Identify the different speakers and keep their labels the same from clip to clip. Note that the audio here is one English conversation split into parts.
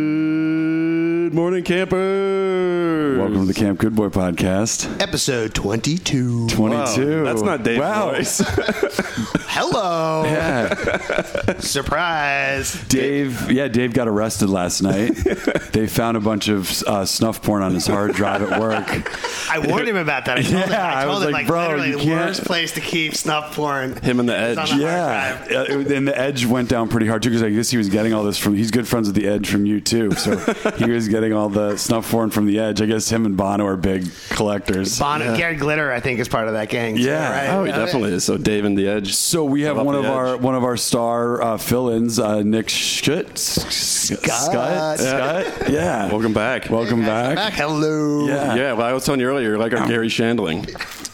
Speaker 1: Good morning, campers.
Speaker 2: Welcome to the Camp Good Boy podcast.
Speaker 3: Episode 22.
Speaker 2: 22.
Speaker 1: Wow, that's not Dave's
Speaker 2: Wow.
Speaker 1: voice.
Speaker 3: Hello.
Speaker 2: Yeah.
Speaker 3: Surprise.
Speaker 2: Dave, yeah, Dave got arrested last night. they found a bunch of uh, snuff porn on his hard drive at work.
Speaker 3: I warned him about that. I told him,
Speaker 2: Yeah,
Speaker 3: I
Speaker 2: I
Speaker 3: told
Speaker 2: was
Speaker 3: him,
Speaker 2: like,
Speaker 3: like,
Speaker 2: bro,
Speaker 3: literally
Speaker 2: you
Speaker 3: the
Speaker 2: can't-
Speaker 3: worst place to keep snuff porn.
Speaker 1: Him and the
Speaker 3: is on
Speaker 1: Edge.
Speaker 3: the
Speaker 2: Yeah,
Speaker 3: hard drive.
Speaker 2: Uh, it- and the Edge went down pretty hard too because I guess he was getting all this from. He's good friends with the Edge from you too, so he was getting all the snuff porn from the Edge. I guess him and Bono are big collectors.
Speaker 3: Bono, Gary Glitter, I think, is part of that gang. too,
Speaker 2: Yeah.
Speaker 3: right?
Speaker 1: Oh, he
Speaker 3: Uh,
Speaker 1: definitely is. So Dave and the Edge.
Speaker 2: So we have
Speaker 1: Love
Speaker 2: one
Speaker 1: the
Speaker 2: of
Speaker 1: Edge.
Speaker 2: our one of our star uh, fill-ins, uh, Nick Schutt. Scott. Scott. Yeah.
Speaker 1: Welcome back.
Speaker 2: Welcome
Speaker 3: Back.
Speaker 2: back.
Speaker 3: Hello.
Speaker 2: Yeah.
Speaker 1: Yeah, well, I was telling you earlier, like our Gary Shandling.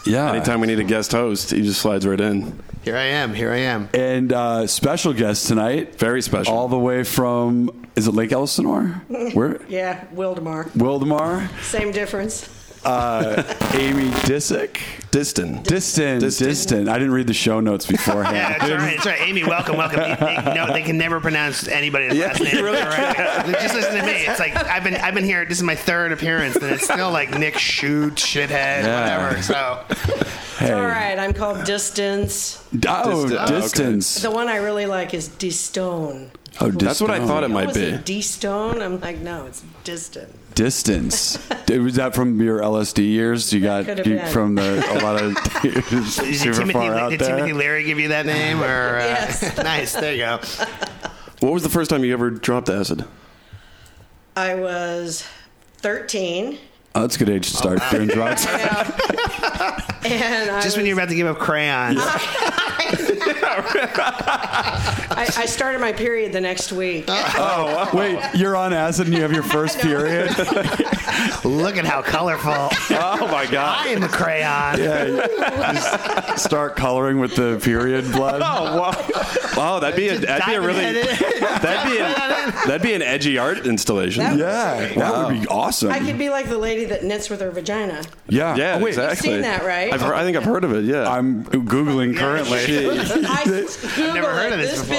Speaker 2: Yeah.
Speaker 1: Anytime we need a guest host, he just slides right in.
Speaker 3: Here I am. Here I am.
Speaker 2: And uh, special guest tonight,
Speaker 1: Very special.
Speaker 2: all the way from is it Lake Elsinore? Where?
Speaker 4: Yeah, Wildemar.
Speaker 2: Wildemar,
Speaker 4: Same difference.
Speaker 2: uh, Amy Disick,
Speaker 1: Distant.
Speaker 2: distant, distant, I didn't read the show notes beforehand.
Speaker 3: Yeah, that's all right. That's all right. Amy, welcome, welcome. They, they, no, they can never pronounce anybody's last name. All right. Just listen to me. It's like I've been I've been here. This is my third appearance, and it's still like Nick Shoot, shithead,
Speaker 2: Yeah.
Speaker 3: whatever. So
Speaker 2: Hey.
Speaker 4: All right, I'm called Distance.
Speaker 2: Oh,
Speaker 1: Distant. Oh, okay.
Speaker 2: distance.
Speaker 4: The one I really like is D Stone.
Speaker 2: Oh, distance.
Speaker 1: That's what I thought it might
Speaker 4: Was
Speaker 1: be.
Speaker 4: it D Stone? I'm like, no, it's Distant.
Speaker 2: Distance. Dude, Was that from your LSD years? You
Speaker 4: could
Speaker 2: got
Speaker 4: have
Speaker 2: you-
Speaker 4: been.
Speaker 2: from the a lot of
Speaker 3: Is it
Speaker 2: super
Speaker 3: Timothy,
Speaker 2: far
Speaker 3: did
Speaker 2: out there.
Speaker 3: Timothy Leary give you that name? Or uh,
Speaker 4: Yes.
Speaker 3: nice, there you go.
Speaker 1: What was the first time you ever dropped acid?
Speaker 4: I was 13,
Speaker 2: Oh, that's a good age to start doing drugs.
Speaker 4: and I,
Speaker 3: Just when
Speaker 4: was-
Speaker 3: you're about to give up crayons,
Speaker 4: I, I started my period the next week.
Speaker 2: oh, wait, you're on acid and you have your first period.
Speaker 3: look at how colorful.
Speaker 2: oh my god.
Speaker 3: I am a crayon.
Speaker 2: Yeah, just start coloring with the period blood.
Speaker 1: Oh wow! Wow, that'd be a that'd be a really
Speaker 3: Diamond
Speaker 1: that'd be an, that'd be an edgy art installation.
Speaker 4: That-
Speaker 2: Yeah, that would be awesome.
Speaker 4: I could be like the lady that knits with her vagina.
Speaker 2: yeah,
Speaker 1: yeah,
Speaker 2: Oh, wait,
Speaker 1: exactly.
Speaker 4: seen that, right?
Speaker 1: I've heard, I think I've heard of it. Yeah,
Speaker 2: I'm googling currently.
Speaker 1: Jeez.
Speaker 4: I Google
Speaker 3: never heard of
Speaker 4: it.
Speaker 3: this before.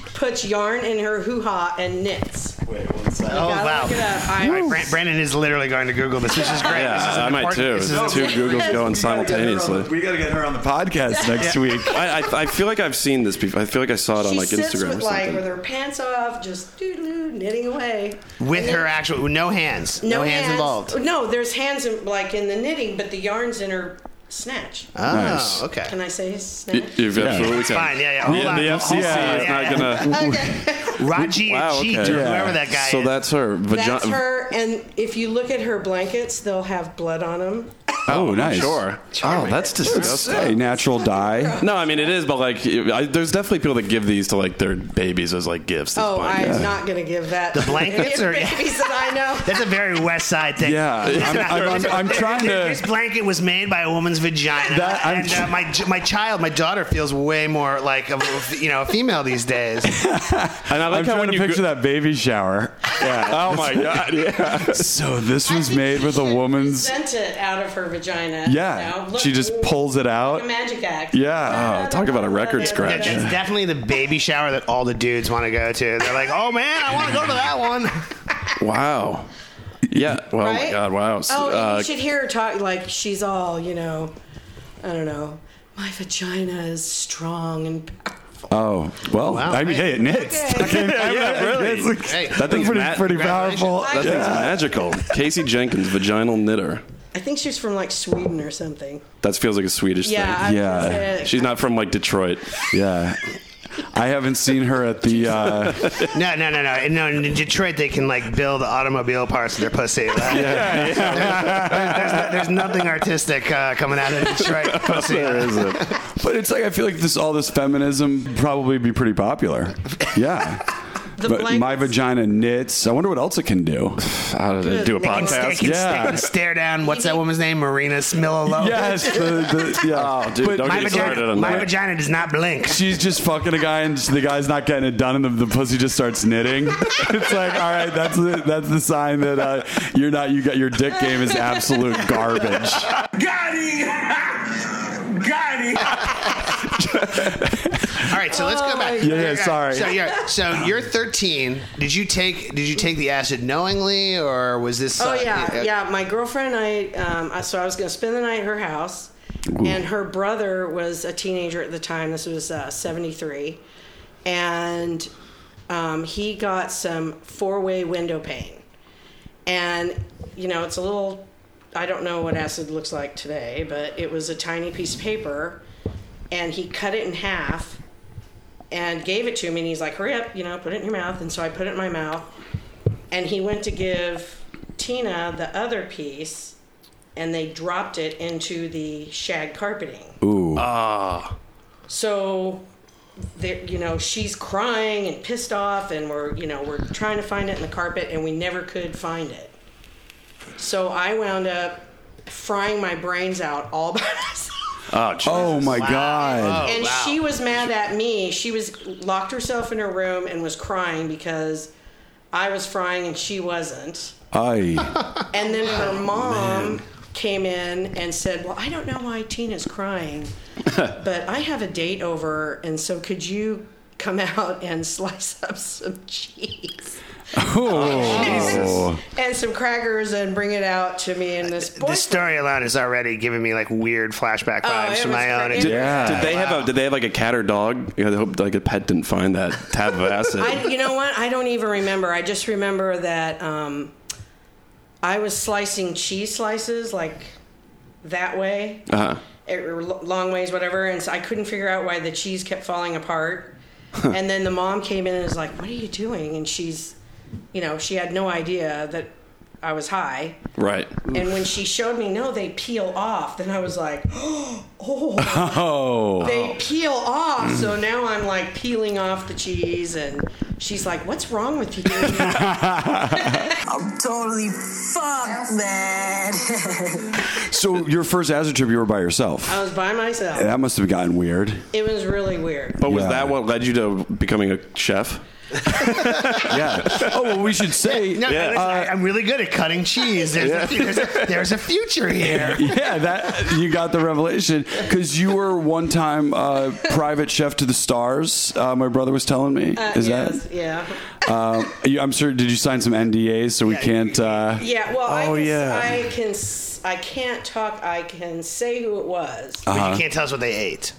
Speaker 4: bitch puts yarn in her hoo ha and knits.
Speaker 3: Oh
Speaker 4: Gotta
Speaker 3: wow!
Speaker 4: look it up. I-
Speaker 3: All right, Bran- Brandon is literally going to Google this. This is great.
Speaker 1: yeah,
Speaker 3: this is an
Speaker 1: I might
Speaker 3: important-
Speaker 1: too.
Speaker 3: This is
Speaker 1: It's two
Speaker 3: important-
Speaker 1: Googles going simultaneously.
Speaker 2: we got to get her on the podcast next week.
Speaker 1: I, I I feel like I've seen this before. I feel like I saw it on
Speaker 4: she
Speaker 1: like
Speaker 4: sits
Speaker 1: Instagram or
Speaker 4: with like with
Speaker 1: something.
Speaker 4: her pants off, just doo doo knitting away.
Speaker 3: with her actual no hands, no, hands, involved.
Speaker 4: No, there's hands in, like in the knitting, but the yarn's in her snatch.
Speaker 3: Oh,
Speaker 2: Nice.
Speaker 3: okay.
Speaker 4: Can I say snatch?
Speaker 1: You've absolutely
Speaker 3: It's
Speaker 1: can.
Speaker 3: fine. Yeah, yeah. Hold
Speaker 1: The,
Speaker 3: on.
Speaker 1: the FCC
Speaker 3: Yeah,
Speaker 1: is
Speaker 3: yeah,
Speaker 1: not gonna.
Speaker 3: Raji
Speaker 1: Wow,
Speaker 3: Ajit,
Speaker 1: okay.
Speaker 3: or
Speaker 2: Yeah.
Speaker 3: whoever that guy
Speaker 1: So
Speaker 3: is.
Speaker 1: that's her. Vagi-
Speaker 4: That's her. And if you look at her blankets, they'll have blood on them.
Speaker 2: Oh, nice.
Speaker 1: Sure. Oh, that's
Speaker 2: Hey,
Speaker 1: disgusting.
Speaker 2: natural dye.
Speaker 1: No, I mean it is, but like, I, there's definitely people that give these to like their babies as like gifts. these
Speaker 4: Oh, I'm
Speaker 1: blankets.
Speaker 4: not gonna give that.
Speaker 3: The blankets
Speaker 4: to
Speaker 3: are-
Speaker 4: any babies that I know.
Speaker 3: That's a very West Side thing.
Speaker 2: Yeah, I'm, I'm, I'm, I'm trying
Speaker 3: This
Speaker 2: to.
Speaker 3: blanket was made by a woman's vagina,
Speaker 2: That- I'm
Speaker 3: and uh, my my child, my daughter, feels way more like a you know a female these days.
Speaker 1: And I like how
Speaker 2: I'm trying
Speaker 1: when
Speaker 2: to
Speaker 1: you
Speaker 2: picture
Speaker 1: go-
Speaker 2: that baby shower.
Speaker 1: Yeah. Oh my god. Yeah.
Speaker 2: So this was
Speaker 4: I think
Speaker 2: made
Speaker 4: she
Speaker 2: with a
Speaker 4: should
Speaker 2: woman's.
Speaker 4: Present it out of her vagina.
Speaker 2: Yeah,
Speaker 4: you know? Look,
Speaker 2: she just pulls it
Speaker 4: like
Speaker 2: out.
Speaker 4: a magic act.
Speaker 2: Yeah.
Speaker 1: Oh, talk about a record scratch.
Speaker 3: It's definitely the baby shower that all the dudes want to go to. They're like, oh man, I want to go to that one.
Speaker 1: Wow. Yeah. Well, oh my
Speaker 4: Right?
Speaker 1: God. Wow. So,
Speaker 4: Oh, and
Speaker 1: uh,
Speaker 4: you should hear her talk like she's all, you know, I don't know. My vagina is strong and
Speaker 2: Oh well,
Speaker 3: Wow.
Speaker 2: I mean, hey, it knits.
Speaker 4: Okay.
Speaker 2: Okay, I mean,
Speaker 1: really.
Speaker 2: it knits.
Speaker 3: Hey,
Speaker 1: that thing's
Speaker 2: pretty,
Speaker 1: ma-
Speaker 2: pretty
Speaker 3: congratulations.
Speaker 2: powerful.
Speaker 1: That thing's magical. Casey Jenkins, vaginal knitter.
Speaker 4: I think she's from like Sweden or something.
Speaker 1: That feels like a Swedish
Speaker 4: Yeah,
Speaker 1: thing.
Speaker 4: I was gonna
Speaker 2: Yeah.
Speaker 4: say it.
Speaker 1: She's not from like Detroit.
Speaker 2: Yeah. I haven't seen her at the. Uh,
Speaker 3: No, no, no, no, no. In Detroit, they can like build automobile parts of their pussy. there's, there's nothing artistic uh, coming out of Detroit pussy.
Speaker 2: but it's like I feel like this all this feminism would probably be pretty popular. Yeah.
Speaker 4: The
Speaker 2: but
Speaker 4: blankets.
Speaker 2: my vagina knits. I wonder what else it can do.
Speaker 1: How did I do a
Speaker 4: Good
Speaker 3: Can stare,
Speaker 1: podcast?
Speaker 3: can
Speaker 2: Yeah.
Speaker 3: stare- can stare down. What's that woman's name? Marina Smilolo.
Speaker 2: yes. The, the, yeah.
Speaker 1: Oh, dude, don't
Speaker 3: My,
Speaker 1: get started
Speaker 3: vagina,
Speaker 1: on
Speaker 3: my
Speaker 1: that.
Speaker 3: vagina does not blink.
Speaker 2: She's just fucking a guy, and the guy's not getting it done, and the, the pussy just starts knitting. it's like, all right, that's the, that's the sign that uh, you're not. You got your dick game is absolute garbage.
Speaker 5: Got him! Got him!
Speaker 3: All right, so let's go back.
Speaker 2: Yeah, yeah, sorry.
Speaker 3: So you're, so you're 13. Did you take Did you take the acid knowingly, or was this?
Speaker 4: Oh
Speaker 3: uh,
Speaker 4: yeah,
Speaker 3: uh,
Speaker 4: yeah. My girlfriend, and I, um, I- so I was going to spend the night at her house, and her brother was a teenager at the time. This was uh, '73, and um, he got some four-way window pane, and you know it's a little. I don't know what acid looks like today, but it was a tiny piece of paper, and he cut it in half and gave it to me and he's like hurry up you know put it in your mouth and so i put it in my mouth and he went to give tina the other piece and they dropped it into the shag carpeting ooh ah so there, you know she's crying and pissed off and we're you know we're trying to find it in the carpet and we never could find it so i wound up frying my brains out all by myself
Speaker 1: Oh, Jesus.
Speaker 2: Oh my god.
Speaker 4: and
Speaker 3: wow.
Speaker 4: she was mad at me. She was locked herself in her room and was crying because I was frying and she wasn't.
Speaker 2: I.
Speaker 4: And then her mom came in and said, "Well, I don't know why Tina's crying, but I have a date over, and so could you come out and slice up some cheese?"
Speaker 2: Oh.
Speaker 4: And some crackers, and bring it out to me and this boy.
Speaker 3: uh, This story alone is already giving me like weird flashback vibes
Speaker 4: Oh, it
Speaker 3: from
Speaker 4: was
Speaker 3: my own.
Speaker 4: cra-
Speaker 2: Yeah.
Speaker 3: experience.
Speaker 1: Did they have a? Did they have like a cat or dog? I hope like a pet didn't find that tab of acid.
Speaker 4: I, you know what? I don't even remember. I just remember that um, I was slicing cheese slices like that way,
Speaker 1: uh-huh.
Speaker 4: it, er, or lo- long ways, whatever. And so I couldn't figure out why the cheese kept falling apart. and then the mom came in and was like, "What are you doing?" And she's, you know, she had no idea that I was high.
Speaker 1: Right.
Speaker 4: And when she showed me, no, they peel off. Then I was like, "Oh."
Speaker 2: Oh.
Speaker 4: they peel off. So now I'm like peeling off the cheese, and she's like, "What's wrong with you?"
Speaker 5: I'm totally fucked, man.
Speaker 2: So your first acid trip, you were by yourself.
Speaker 4: I was by myself.
Speaker 2: that must have gotten weird.
Speaker 4: It was really weird.
Speaker 1: But was
Speaker 2: Yeah.
Speaker 1: that what led you to becoming a chef?
Speaker 2: Yeah. Oh, well, we should say.
Speaker 3: No,
Speaker 1: Yeah.
Speaker 3: listen, I, I'm really good at cutting cheese. There's, a, there's, a, there's a future here.
Speaker 2: yeah, that you got the revelation because you were one time uh, private chef to the stars. Uh, my brother was telling me. Is
Speaker 4: Uh, Yes,
Speaker 2: that?
Speaker 4: yeah,
Speaker 2: Uh, you- I'm sure. Did you sign some NDAs so we can't? Uh,
Speaker 4: yeah. Well, I
Speaker 2: Oh,
Speaker 4: can,
Speaker 2: yeah.
Speaker 4: I can, s- I can't talk. I can say who it was.
Speaker 3: But
Speaker 2: Uh-huh.
Speaker 3: you can't tell us what they ate.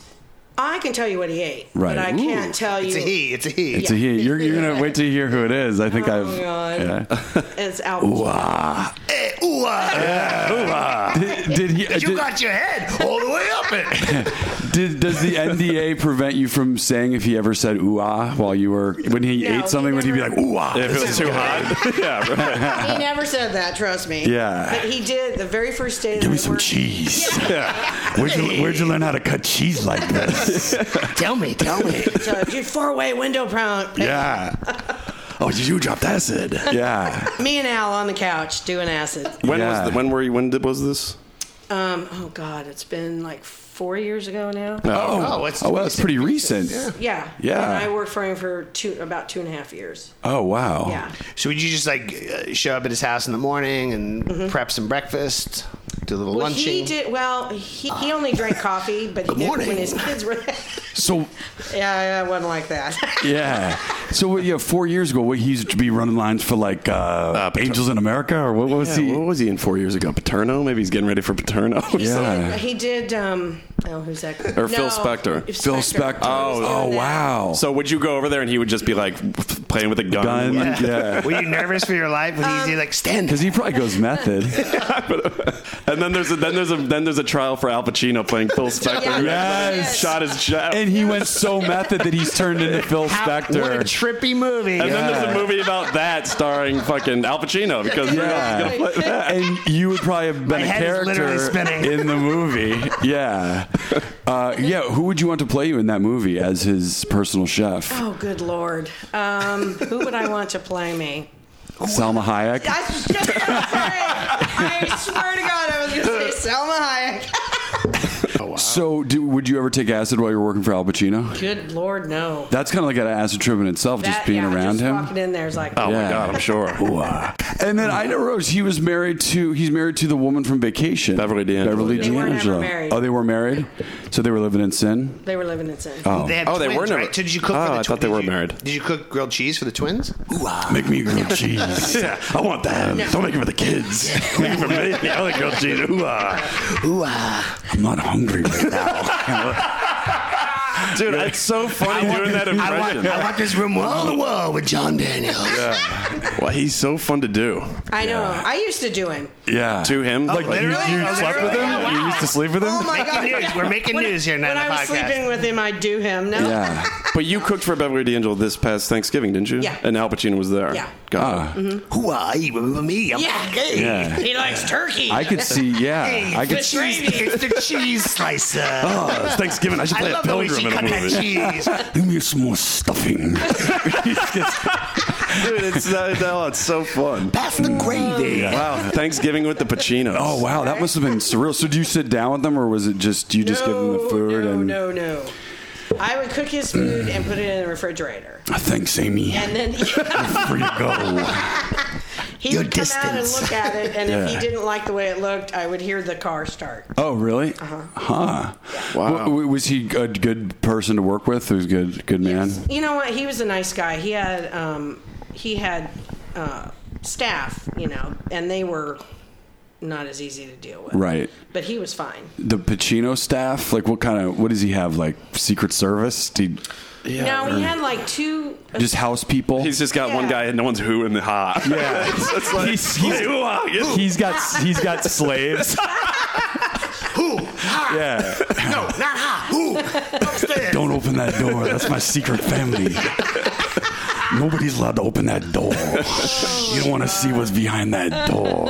Speaker 4: I can tell you what he ate,
Speaker 2: Right.
Speaker 4: but I can't tell
Speaker 3: It's
Speaker 4: you.
Speaker 3: a he. It's a he.
Speaker 2: It's a he. You're, you're gonna wait to hear who it is. I think I've.
Speaker 4: my God.
Speaker 2: Yeah.
Speaker 4: It's Al.
Speaker 2: Wow.
Speaker 3: Eh, ooh, ah.
Speaker 2: Did, did he?
Speaker 3: you
Speaker 2: Did,
Speaker 3: got your head Oh, all the way up it.
Speaker 2: did, does the NDA prevent you from saying if he ever said ooh ah while you were when he
Speaker 4: No,
Speaker 2: ate something?
Speaker 4: he
Speaker 2: would he be
Speaker 4: never-
Speaker 2: like ooh ah?
Speaker 1: If it was too hot. yeah. Right.
Speaker 4: He never said that. Trust me.
Speaker 2: Yeah.
Speaker 4: But he did the very first day.
Speaker 2: Give me some cheese. Where'd you Where'd you learn how to cut cheese like this?
Speaker 3: tell me, tell me.
Speaker 4: four way window pound.
Speaker 2: yeah.
Speaker 1: Oh, you dropped acid.
Speaker 2: Yeah.
Speaker 4: Me and Al on the couch doing acid.
Speaker 1: When
Speaker 2: Yeah.
Speaker 1: was the, when were you, when did, was this?
Speaker 4: Um, oh God, it's been like four years ago now.
Speaker 3: Oh, what's-
Speaker 2: oh, well, that's pretty recent.
Speaker 4: Yeah.
Speaker 2: Yeah.
Speaker 4: And I worked for him for two, about two and a half years.
Speaker 2: Oh, wow.
Speaker 4: Yeah.
Speaker 3: So would you just like uh, show up at his house in the morning and prep some breakfast, do a little
Speaker 4: Mm-hmm. Well,
Speaker 3: lunching?
Speaker 4: he did. Well, he, he only drank coffee, but he did
Speaker 3: morning.
Speaker 4: when his kids were.
Speaker 2: So,
Speaker 4: yeah, yeah, it wasn't like that.
Speaker 2: yeah. So, what- yeah, four years ago, what, he used to be running lines for like uh,
Speaker 1: Pater-
Speaker 2: Angels in America, or what, what was
Speaker 1: Yeah,
Speaker 2: he?
Speaker 1: what was he in four years ago? Paterno? Maybe he's getting ready for Paterno. or something.
Speaker 2: Yeah.
Speaker 4: he did. Um, oh, who's that?
Speaker 1: Or Phil Spector.
Speaker 2: Phil Spector.
Speaker 4: He was
Speaker 2: oh
Speaker 4: doing that.
Speaker 2: wow.
Speaker 1: So would you go over there and he would just be like playing with a gun?
Speaker 2: Gun,
Speaker 1: Like,
Speaker 2: yeah.
Speaker 3: Were you nervous for your life when he did like stand?
Speaker 2: Because he probably goes method.
Speaker 1: and then there's a, then there's a then there's a trial for Al Pacino playing Phil Spector.
Speaker 4: Yeah.
Speaker 1: who
Speaker 2: Yes.
Speaker 1: Shot his shot.
Speaker 2: And then he went so method that he's turned into Phil
Speaker 3: How- What a
Speaker 2: Spector.
Speaker 3: trippy movie.
Speaker 1: And then there's
Speaker 2: Yeah.
Speaker 1: a movie about that starring fucking Al Pacino because where else is he gonna play that?
Speaker 2: and you would probably have been
Speaker 3: My
Speaker 2: a
Speaker 3: head is
Speaker 2: character
Speaker 3: literally spinning.
Speaker 2: in the movie. Yeah, uh, yeah. Who would you want to play you in that movie as his personal chef?
Speaker 4: Oh, good lord. Um, who would I want to play me?
Speaker 2: Salma Hayek.
Speaker 4: I was just gonna say. I swear to God, I was gonna say Selma Hayek.
Speaker 2: So, do, would you ever take acid while you were working for Al Pacino?
Speaker 4: Good lord, no.
Speaker 2: That's kind of like an acid trip in itself, just
Speaker 4: That-
Speaker 2: being
Speaker 4: yeah,
Speaker 2: around
Speaker 4: just
Speaker 2: him.
Speaker 4: Walking in there is like,
Speaker 1: Oh
Speaker 2: Yeah.
Speaker 1: my god, I'm sure.
Speaker 2: And then Ida Rose, he was married to he's married to the woman from Vacation,
Speaker 1: Beverly D'Angelo.
Speaker 2: Beverly
Speaker 4: They weren't ever
Speaker 2: D'Angelo.
Speaker 4: married.
Speaker 2: Oh, they were married, so they were living in sin.
Speaker 4: they were living in sin.
Speaker 3: They had
Speaker 1: Oh, they
Speaker 3: twins,
Speaker 1: were never-
Speaker 3: Right? So did you cook
Speaker 1: Oh,
Speaker 3: for the
Speaker 1: I
Speaker 3: twi-
Speaker 1: thought they
Speaker 3: did
Speaker 1: were
Speaker 3: you-
Speaker 1: married.
Speaker 3: Did you cook grilled cheese for the twins?
Speaker 2: Make me grilled cheese.
Speaker 1: Yeah, I want that. Don't make it for the kids. Make it for me. I like grilled cheese. Ooh, ah.
Speaker 2: I'm not hungry right now.
Speaker 1: Dude, it's so funny doing that
Speaker 3: I want,
Speaker 1: impression.
Speaker 3: I want this room wall to wall with John Daniels.
Speaker 1: Well, he's so fun to do.
Speaker 4: I know. I used to do him.
Speaker 2: Yeah.
Speaker 1: To him,
Speaker 2: Like you,
Speaker 3: literally?
Speaker 2: you
Speaker 3: Oh,
Speaker 2: slept with him?
Speaker 3: literally? Oh,
Speaker 2: You
Speaker 3: wow.
Speaker 2: used to sleep with him?
Speaker 4: Oh my God!
Speaker 3: Making news. We're making
Speaker 4: When-
Speaker 3: news here now
Speaker 4: When
Speaker 3: on
Speaker 4: I
Speaker 3: the
Speaker 4: was
Speaker 3: podcast.
Speaker 4: sleeping with him, I'd do him. No.
Speaker 2: Yeah.
Speaker 1: But you cooked for Beverly D'Angelo this past Thanksgiving, didn't you?
Speaker 4: Yeah.
Speaker 1: And Al Pacino was there.
Speaker 4: Yeah.
Speaker 1: God.
Speaker 2: Ah.
Speaker 3: Who are you? Remember me? I'm
Speaker 4: Yeah.
Speaker 3: gay.
Speaker 2: Yeah.
Speaker 4: He likes turkey.
Speaker 2: I could see. Yeah,
Speaker 3: Hey,
Speaker 2: I
Speaker 3: the
Speaker 2: could. see.
Speaker 3: cheese, it's the cheese slicer.
Speaker 1: Oh, it's Thanksgiving. I should
Speaker 3: I
Speaker 1: play a
Speaker 3: love the way she
Speaker 1: pilgrim in a
Speaker 3: cut that
Speaker 1: movie.
Speaker 3: cheese.
Speaker 2: Give me some more stuffing.
Speaker 1: Dude, it's, uh, no, it's so fun.
Speaker 3: Pass the gravy.
Speaker 1: Wow. Thanksgiving with the Pacinos.
Speaker 2: Oh wow, that must have been surreal. So, do you sit down with them, or was it just you just give them the food?
Speaker 4: no,
Speaker 2: and
Speaker 4: no, no. I would cook his food and put it in the refrigerator,
Speaker 2: thanks, Amy.
Speaker 4: and then
Speaker 2: Free go.
Speaker 4: he would come
Speaker 3: Your
Speaker 4: out and
Speaker 3: distance.
Speaker 4: look at it. And if he
Speaker 2: Yeah.
Speaker 4: didn't like the way it looked, I would hear the car start.
Speaker 2: Oh, really? Uh-huh. Huh.
Speaker 1: Wow.
Speaker 2: W- w- was he a good person to work with? He was a good, good man.
Speaker 4: You know what? He was a nice guy. He had um, he had uh, staff, you know, and they were not as easy to deal with.
Speaker 2: Right.
Speaker 4: But he was fine.
Speaker 2: The Pacino staff, like what kind of, what does he have? Like Secret Service? Do you-
Speaker 4: Yeah, now we had like two.
Speaker 2: just house people?
Speaker 1: He's just got one
Speaker 4: Yeah.
Speaker 1: guy and no one's who in the ha.
Speaker 2: Yeah.
Speaker 1: it's, it's like,
Speaker 2: He's- he's-
Speaker 1: "Hey, ooh, ah, yeah."
Speaker 2: he's got he's got slaves.
Speaker 3: Who? Ha.
Speaker 2: Yeah.
Speaker 3: No, not ha. Who? Upstairs.
Speaker 2: Don't open that door. That's my secret family. Nobody's allowed to open that door. You don't want to see what's behind that door.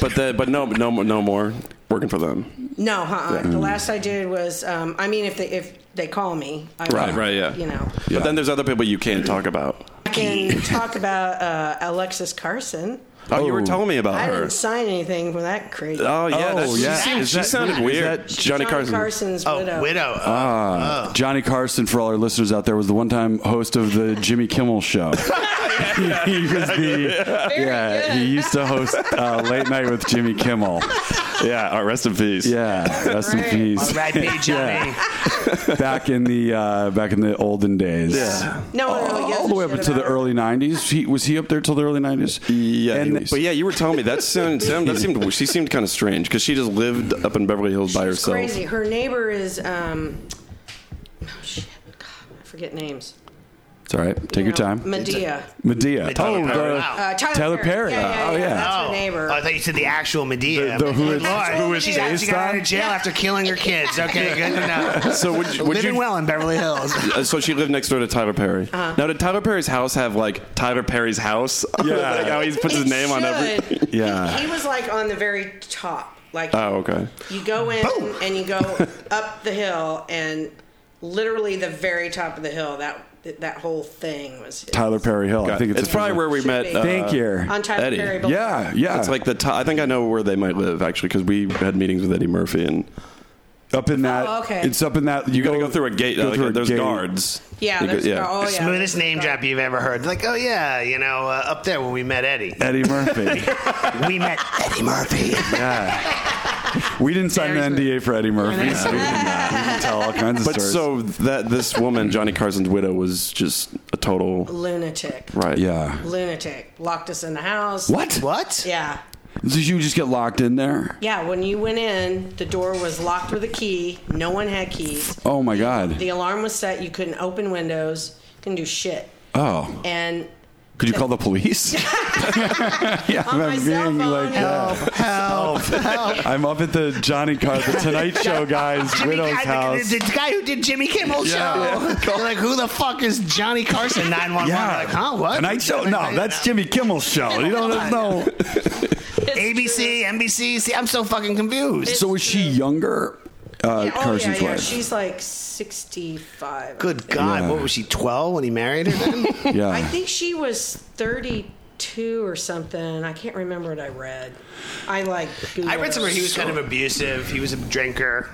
Speaker 1: But the, but no no no more working for them.
Speaker 4: No, uh-uh. the last I did was. Um, I mean, if they if they call me, I
Speaker 1: Right,
Speaker 4: will,
Speaker 1: right, yeah.
Speaker 4: You know,
Speaker 1: But then there's other people you can't talk about.
Speaker 4: I can talk about uh, Alexis Carson.
Speaker 1: Oh, you were
Speaker 2: Oh.
Speaker 1: telling me about
Speaker 4: I
Speaker 1: her.
Speaker 4: didn't sign anything for that crazy.
Speaker 1: Oh yeah,
Speaker 2: Oh,
Speaker 1: that's,
Speaker 2: yeah.
Speaker 1: She,
Speaker 2: Is
Speaker 1: she
Speaker 2: that-
Speaker 1: sounded
Speaker 2: is
Speaker 1: weird.
Speaker 2: that-
Speaker 1: Johnny, Carson.
Speaker 4: Carson's
Speaker 3: Oh,
Speaker 4: widow.
Speaker 3: widow.
Speaker 1: Uh,
Speaker 2: Johnny Carson, for all our listeners out there, was the one-time host of the Jimmy Kimmel Show. he, was the yeah. He used to host uh, late night with Jimmy Kimmel.
Speaker 1: Yeah, all right, rest in peace.
Speaker 2: Yeah, rest in
Speaker 4: Right.
Speaker 2: peace.
Speaker 3: Oh, Right, me, Johnny.
Speaker 2: Back in the uh, back in the olden days.
Speaker 1: Yeah.
Speaker 4: No one really gives
Speaker 2: All
Speaker 4: a
Speaker 2: the way up
Speaker 4: shit
Speaker 2: into the
Speaker 4: about her.
Speaker 2: early '90s. He, was he up there till the early '90s?
Speaker 1: Yeah,
Speaker 2: And-
Speaker 1: but yeah, you were telling me that sounded sound- that seemed she seemed kind of strange because she just lived up in Beverly Hills by
Speaker 4: It's
Speaker 1: herself.
Speaker 4: crazy. Her neighbor is. Um, oh shit! God, I forget names.
Speaker 2: it's all right. Take your
Speaker 4: You know,
Speaker 2: time.
Speaker 4: Medea.
Speaker 2: Medea.
Speaker 3: Tyler
Speaker 2: oh,
Speaker 3: Perry.
Speaker 2: the-
Speaker 3: Wow.
Speaker 4: Uh, Tyler,
Speaker 2: Tyler Perry.
Speaker 4: Yeah, yeah,
Speaker 2: Oh,
Speaker 4: yeah.
Speaker 2: yeah.
Speaker 4: That's
Speaker 3: Oh.
Speaker 4: her neighbor.
Speaker 3: Oh, I thought you said the actual Medea.
Speaker 2: The- the who is-
Speaker 3: Lord,
Speaker 2: who is
Speaker 3: she got, she got out of
Speaker 2: Ace
Speaker 3: jail after killing her kids. Okay, good to know.
Speaker 1: So would you, would
Speaker 3: Living
Speaker 1: you
Speaker 3: well in Beverly Hills.
Speaker 1: uh, so she lived next door to Tyler Perry.
Speaker 4: Uh-huh.
Speaker 1: Now did Tyler Perry's house have like Tyler Perry's house?
Speaker 2: Yeah.
Speaker 1: like how he puts his
Speaker 4: It
Speaker 1: name on every.
Speaker 4: should.
Speaker 2: Yeah.
Speaker 4: He was like on the very top. Like
Speaker 1: Oh, okay.
Speaker 4: you go in
Speaker 3: Boom.
Speaker 4: and you go up the hill and literally the very top of the hill that that whole thing was
Speaker 2: Tyler Perry Hill. I think it's,
Speaker 1: it's
Speaker 2: a-
Speaker 1: probably where we
Speaker 4: Should
Speaker 1: met.
Speaker 4: be.
Speaker 1: Uh,
Speaker 2: Thank you.
Speaker 4: on Tyler
Speaker 1: Eddie.
Speaker 4: Perry
Speaker 2: Yeah,
Speaker 4: Boulevard.
Speaker 2: yeah.
Speaker 1: It's like the. T- I think I know where they might live actually because we had meetings with Eddie Murphy and
Speaker 2: up in that.
Speaker 4: Oh, okay.
Speaker 2: It's up in that. You,
Speaker 1: you got to go through a gate.
Speaker 2: go
Speaker 1: like,
Speaker 2: through a
Speaker 1: there's
Speaker 2: gate.
Speaker 1: guards.
Speaker 4: Yeah,
Speaker 1: You go-
Speaker 4: there's oh yeah.
Speaker 3: Smoothest name drop you've ever heard. Like, oh yeah, you know, uh, up there when we met Eddie.
Speaker 2: Eddie Murphy.
Speaker 3: We met Eddie Murphy.
Speaker 2: We didn't sign
Speaker 3: There's
Speaker 2: an
Speaker 3: the-
Speaker 2: NDA for Eddie Murphy, so we can, uh, we can tell all kinds of
Speaker 1: But
Speaker 2: stories.
Speaker 1: so that this woman, Johnny Carson's widow, was just a total
Speaker 4: Lunatic.
Speaker 1: right.
Speaker 2: yeah.
Speaker 4: Lunatic. Locked us in the house.
Speaker 2: What?
Speaker 3: what?
Speaker 4: Yeah.
Speaker 2: Did you just get locked in there?
Speaker 4: Yeah, when you went in, the door was locked with a key. No one had keys.
Speaker 2: Oh my God.
Speaker 4: The alarm was set. You couldn't open windows. Couldn't do shit.
Speaker 2: Oh.
Speaker 4: And
Speaker 2: Could you call the police? yeah,
Speaker 4: On my cell phone.
Speaker 2: that.
Speaker 4: Oh.
Speaker 3: Help! Help!
Speaker 2: uh, I'm up at the Johnny Car, the Tonight Show guys,
Speaker 3: Jimmy,
Speaker 2: widow's
Speaker 3: I- the-
Speaker 2: house.
Speaker 3: The, the guy who did Jimmy Kimmel show. They're like, who the fuck is Johnny Carson? Nine one one. Like, huh? What?
Speaker 2: Tonight Show? No, that's Jimmy Kimmel's show. You don't know.
Speaker 3: ABC, NBC. See, I'm so fucking confused.
Speaker 2: So was she younger? Uh,
Speaker 4: Yeah, oh, yeah,
Speaker 2: Carson's
Speaker 4: yeah.
Speaker 2: wife.
Speaker 4: She's like 65.
Speaker 3: Good God,
Speaker 2: Yeah.
Speaker 3: what was she? Twelve when he married her? Then?
Speaker 2: yeah.
Speaker 4: I think she was 32 or something. I can't remember what I read. I like.
Speaker 3: I read somewhere he was
Speaker 4: Googled.
Speaker 3: kind of abusive. He was a drinker.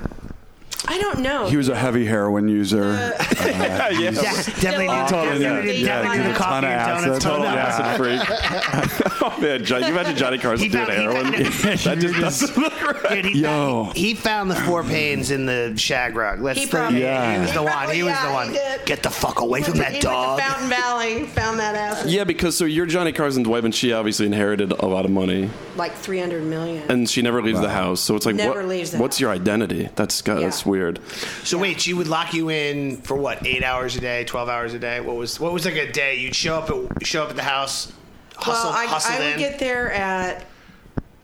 Speaker 4: I don't know.
Speaker 2: he was a heavy heroin user. Uh, he's-
Speaker 3: Yeah, definitely,
Speaker 4: Yeah,
Speaker 3: did-
Speaker 4: totally,
Speaker 3: definitely, definitely
Speaker 4: yeah. Yeah,
Speaker 3: did the
Speaker 4: he's a
Speaker 3: coffee
Speaker 2: ton
Speaker 3: and
Speaker 2: of acid,
Speaker 3: donuts.
Speaker 2: total
Speaker 3: Total
Speaker 2: acid.
Speaker 1: Acid freak. oh man, Johnny, you imagine Johnny Carson
Speaker 3: He
Speaker 1: doing
Speaker 3: found- he
Speaker 1: heroin?
Speaker 3: found-
Speaker 1: that just doesn't look right.
Speaker 3: Dude, he,
Speaker 2: Yo.
Speaker 3: Found, he found the four pains in the shag rug. Let's
Speaker 4: He
Speaker 3: the-
Speaker 4: probably-
Speaker 2: Yeah.
Speaker 3: he was the one. He was
Speaker 4: Yeah,
Speaker 3: the
Speaker 4: he
Speaker 3: one.
Speaker 4: did.
Speaker 3: Get the fuck away
Speaker 4: He
Speaker 3: from
Speaker 4: went
Speaker 3: that dog.
Speaker 4: To Fountain Valley, found that ass.
Speaker 1: Yeah, because so you're Johnny Carson's wife, and she obviously inherited a lot of money,
Speaker 4: Like 300 million.
Speaker 1: and she never leaves the house. So it's like,
Speaker 4: Never
Speaker 1: what,
Speaker 4: leaves the
Speaker 1: what's
Speaker 4: house.
Speaker 1: your identity? That's God, that's
Speaker 4: Yeah.
Speaker 1: weird.
Speaker 3: So wait, she would lock you in for what? Eight hours a day, twelve hours a day. What was what was like a day? You'd show up at show up at the house, hustle,
Speaker 4: well, I,
Speaker 3: hustle
Speaker 4: I would
Speaker 3: in.
Speaker 4: get there at,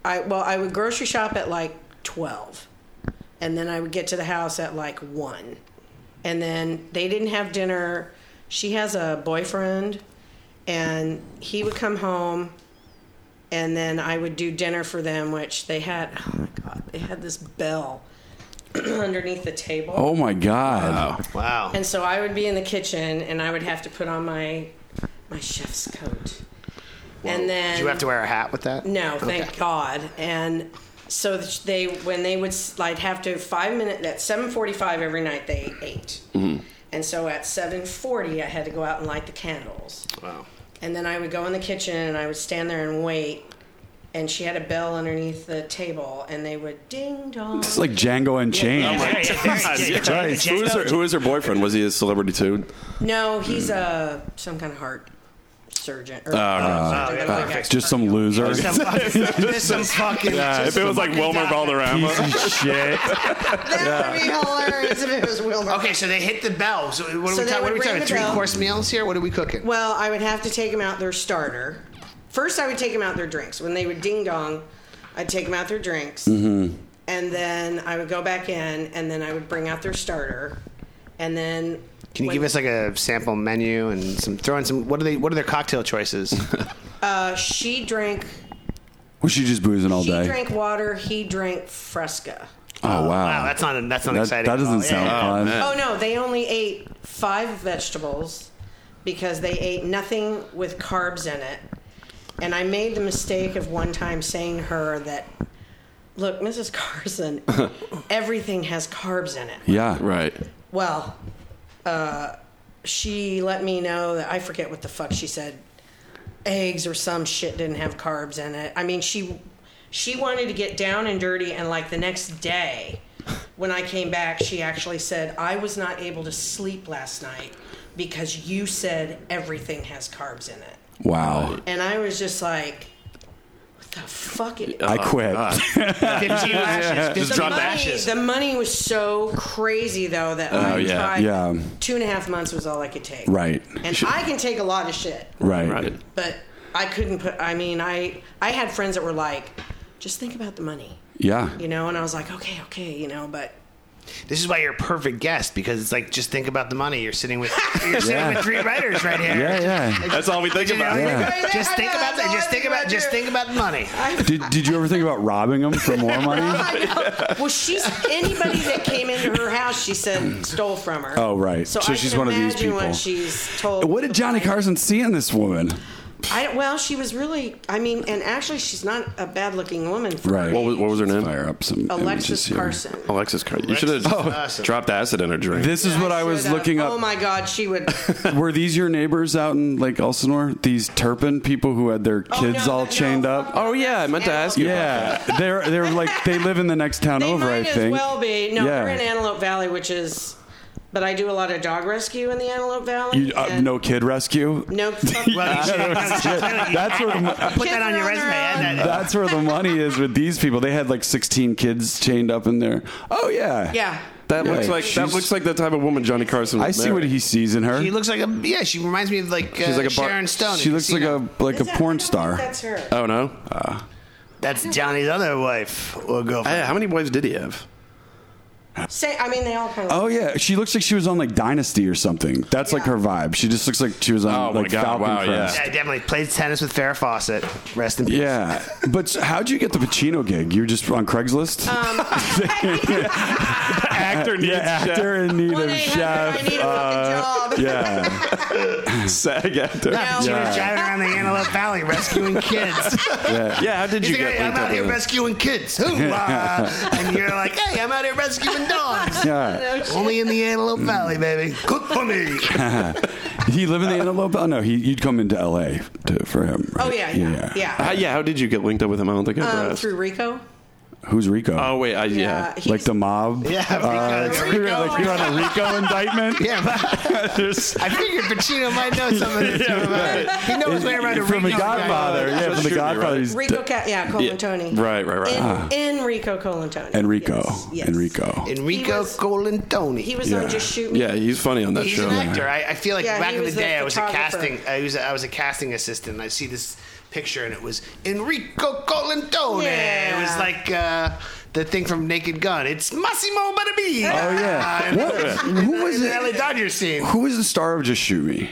Speaker 4: I well, I would grocery shop at like twelve, and then I would get to the house at like one, and then they didn't have dinner. She has a boyfriend, and he would come home, and then I would do dinner for them, which they had. Oh my god, they had this bell underneath the table.
Speaker 2: oh my God.
Speaker 3: wow.
Speaker 4: And so I would be in the kitchen, and I would have to put on my my chef's coat, and then
Speaker 3: Did you have to wear a hat with that?
Speaker 4: no, thank God. And so th- they, when they would, s- like have to five minute at seven forty five every night they ate,
Speaker 2: Mm-hmm.
Speaker 4: and so at seven forty I had to go out and light the candles,
Speaker 3: Wow.
Speaker 4: and then I would go in the kitchen and I would stand there and wait. And she had a bell underneath the table, and they would ding dong.
Speaker 2: It's like Django Unchained.
Speaker 3: Yeah, yeah, yeah, yeah, yeah, yeah, yeah,
Speaker 1: Who is her? Who is her boyfriend? Was he a celebrity too?
Speaker 4: No, he's a some kind of heart surgeon. Or,
Speaker 3: yeah,
Speaker 4: something
Speaker 3: yeah,
Speaker 4: like
Speaker 3: perfect.
Speaker 4: that.
Speaker 2: Uh, Just some loser.
Speaker 3: There's some, there's some fucking.
Speaker 1: if it was like Wilmer
Speaker 2: Piece
Speaker 1: Valderrama,
Speaker 2: of shit.
Speaker 4: That would be hilarious if it was Wilmer.
Speaker 3: Okay, so they hit the bell. So what are
Speaker 4: So
Speaker 3: we
Speaker 4: they
Speaker 3: talking? What are
Speaker 4: would
Speaker 3: we
Speaker 4: ring
Speaker 3: talking?
Speaker 4: the
Speaker 3: Three
Speaker 4: bell.
Speaker 3: course meals here. What are we cooking?
Speaker 4: Well, I would have to take them out their starter. First, I would take them out their drinks. When they would ding dong, I'd take them out their drinks.
Speaker 3: Mm-hmm.
Speaker 4: And then I would go back in, and then I would bring out their starter. And then.
Speaker 3: Can you give us like a sample menu and some throw in some? What are they? What are their cocktail choices?
Speaker 4: Uh, she drank.
Speaker 2: Was she just boozing all
Speaker 4: She
Speaker 2: day?
Speaker 4: drank water. He drank Fresca.
Speaker 2: oh wow.
Speaker 3: wow, that's not that's not
Speaker 2: that,
Speaker 3: exciting.
Speaker 2: that
Speaker 3: at
Speaker 2: doesn't
Speaker 3: all.
Speaker 2: sound
Speaker 3: Yeah.
Speaker 2: fun.
Speaker 1: man.
Speaker 4: Oh no, they only ate five vegetables because they ate nothing with carbs in it. And I made the mistake of one time saying to her that, look, Mrs. Carson, everything has carbs in it.
Speaker 2: Yeah.
Speaker 1: right?
Speaker 4: Well, uh, she let me know that I forget what the fuck she said. Eggs or some shit didn't have carbs in it. I mean, she she wanted to get down and dirty, and like the next day, when I came back, she actually said I was not able to sleep last night because you said everything has carbs in it,
Speaker 2: Wow.
Speaker 4: and I was just like, what the fuck? It-
Speaker 2: I quit.
Speaker 3: Fifteen lashes.
Speaker 1: Just
Speaker 4: the
Speaker 1: drop
Speaker 4: money,
Speaker 1: ashes.
Speaker 4: The money was so crazy though that
Speaker 1: Oh,
Speaker 4: I
Speaker 1: yeah.
Speaker 4: tried
Speaker 2: Yeah.
Speaker 4: two and a half months was all I could take.
Speaker 2: Right.
Speaker 4: And I can take a lot of shit,
Speaker 2: Right.
Speaker 1: Right.
Speaker 4: but I couldn't put. I mean, I I had friends that were like, just think about the money,
Speaker 2: Yeah.
Speaker 4: you know. And I was like, okay, okay, you know. But
Speaker 3: This is why you're a perfect guest because it's like just think about the money. You're sitting with you're sitting
Speaker 2: Yeah.
Speaker 3: with three writers right here.
Speaker 2: Yeah. Yeah.
Speaker 1: That's all we think about.
Speaker 2: Yeah.
Speaker 3: Just think about that. Just think about just think about the money.
Speaker 2: Did, did you ever think about robbing him for more money?
Speaker 4: I know. Well, she's anybody that came into her house, she said stole from her.
Speaker 2: Oh, right.
Speaker 4: So,
Speaker 2: So
Speaker 4: I
Speaker 2: she's
Speaker 4: can
Speaker 2: one of these
Speaker 4: imagine when
Speaker 2: people.
Speaker 4: she's told.
Speaker 2: What did Johnny Carson see in this woman?
Speaker 4: I, well, she was really. I mean, and actually, she's not a bad-looking woman. For
Speaker 2: Right.
Speaker 4: her
Speaker 1: What was,
Speaker 4: age.
Speaker 1: what was her name?
Speaker 2: Fire up some images
Speaker 4: Alexis
Speaker 2: here.
Speaker 4: Carson.
Speaker 1: Alexis Carson. You should have
Speaker 3: Alexis Carson.
Speaker 1: dropped acid in her drink.
Speaker 2: Oh, This is what I was
Speaker 4: showed up.
Speaker 2: looking up.
Speaker 4: Oh my God, she would.
Speaker 2: Were these your neighbors out in Lake Elsinore? These Turpin people who had their
Speaker 4: Oh,
Speaker 2: kids
Speaker 4: no,
Speaker 2: all
Speaker 4: no,
Speaker 2: chained
Speaker 4: no.
Speaker 2: up?
Speaker 1: oh yeah, I meant to ask you.
Speaker 2: Yeah, they're they're like they live in the next town
Speaker 4: They
Speaker 2: over.
Speaker 4: might
Speaker 2: I
Speaker 4: as
Speaker 2: think.
Speaker 4: well be. No,
Speaker 2: Yeah.
Speaker 4: they're in Antelope Valley, which is. But I do a lot of dog rescue in the Antelope Valley.
Speaker 2: You, uh,
Speaker 4: and-
Speaker 2: no kid rescue.
Speaker 4: No.
Speaker 3: Well, you should-
Speaker 2: That's where the, mo-
Speaker 3: put that on your resume. add that.
Speaker 2: that's where the money is with these people. They had like 16 kids chained up in there. Oh yeah.
Speaker 4: Yeah.
Speaker 1: That looks
Speaker 2: Hey,
Speaker 1: like that
Speaker 2: she's-
Speaker 1: looks like the type of woman Johnny Carson. Would
Speaker 2: I see
Speaker 1: marry.
Speaker 2: what he sees in her.
Speaker 3: She looks like a yeah. She reminds me of like, uh,
Speaker 1: She's like a bar-
Speaker 3: Sharon Stone.
Speaker 2: She looks like a like a
Speaker 4: Is that- I
Speaker 2: porn
Speaker 4: don't think
Speaker 2: star. Uh,
Speaker 4: That's her.
Speaker 1: Oh no!
Speaker 3: That's Johnny's other wife or girlfriend.
Speaker 1: Hey, Uh, how many wives did he have?
Speaker 4: Say, I mean, they all kind of.
Speaker 2: Oh yeah, she looks like she was on like Dynasty or something. That's like her vibe. She just looks like she was on
Speaker 1: Oh, my
Speaker 2: like
Speaker 1: God,
Speaker 2: Falcon
Speaker 1: wow, yeah.
Speaker 2: Crest.
Speaker 3: I definitely played tennis with Farrah Fawcett. Rest in peace.
Speaker 2: Yeah, but how'd you get the Pacino gig? You were just on Craigslist?
Speaker 4: Um,
Speaker 1: Actor
Speaker 2: yeah, actor in need of
Speaker 4: 1-800,
Speaker 2: chef. Uh,
Speaker 4: I need a fucking job.
Speaker 2: Yeah,
Speaker 1: SAG actor. Yeah.
Speaker 3: She was
Speaker 2: Yeah.
Speaker 3: driving around the Antelope Valley rescuing kids.
Speaker 1: how did you
Speaker 3: He's
Speaker 1: get
Speaker 3: like, hey, I'm
Speaker 1: linked
Speaker 3: out
Speaker 1: up
Speaker 3: here
Speaker 1: with him?
Speaker 3: rescuing kids. Hoorah. and you're like, hey, I'm out here rescuing dogs.
Speaker 2: yeah.
Speaker 3: Only in the Antelope Valley, baby. Cook for me.
Speaker 2: He live in the Antelope. Oh no, he, you'd come into L.A. To, for him.
Speaker 4: Oh
Speaker 2: right?
Speaker 4: yeah, yeah, yeah.
Speaker 1: How, Uh, yeah, how did you get linked up with him? I don't think I ever
Speaker 4: Um,
Speaker 1: asked.
Speaker 4: through Rico.
Speaker 2: Who's Rico?
Speaker 1: Oh wait, I, yeah.
Speaker 4: Uh, he's-
Speaker 2: like the mob.
Speaker 3: Yeah,
Speaker 2: Uh,
Speaker 3: Rico.
Speaker 2: you're like you're on a Rico indictment.
Speaker 3: Yeah, but
Speaker 2: There's-
Speaker 3: I figured Pacino might know some of this. He knows his way around a
Speaker 2: from the
Speaker 3: Rico guy.
Speaker 2: Godfather. Yeah,
Speaker 1: Just
Speaker 2: from the
Speaker 1: shoot me,
Speaker 2: Godfather.
Speaker 1: right?
Speaker 2: he's
Speaker 4: Rico,
Speaker 2: d-
Speaker 4: Ca- yeah, Colantoni.
Speaker 1: Right, right, right.
Speaker 4: In,
Speaker 1: Ah.
Speaker 4: Enrico Colantoni.
Speaker 2: Enrico.
Speaker 4: Yes, yes.
Speaker 2: Enrico.
Speaker 4: He
Speaker 3: Enrico
Speaker 4: was-
Speaker 3: Colantoni.
Speaker 4: He was
Speaker 2: Yeah.
Speaker 4: on Just Shoot Me.
Speaker 1: Yeah, he's funny on that
Speaker 3: He's
Speaker 1: show.
Speaker 3: an actor. I, I feel like
Speaker 4: Yeah,
Speaker 3: back
Speaker 4: he
Speaker 3: in the
Speaker 4: was the
Speaker 3: day, I was a
Speaker 4: photographer.
Speaker 3: casting. I was I was a casting assistant. I see this picture, and it was Enrico Colantoni.
Speaker 4: Yeah.
Speaker 3: It was like uh, the thing from Naked Gun. It's Massimo Barbi.
Speaker 2: Oh yeah. What- who was
Speaker 3: the LA
Speaker 2: it?
Speaker 3: Dodgers scene.
Speaker 2: Who was the star of Just Shoot Me?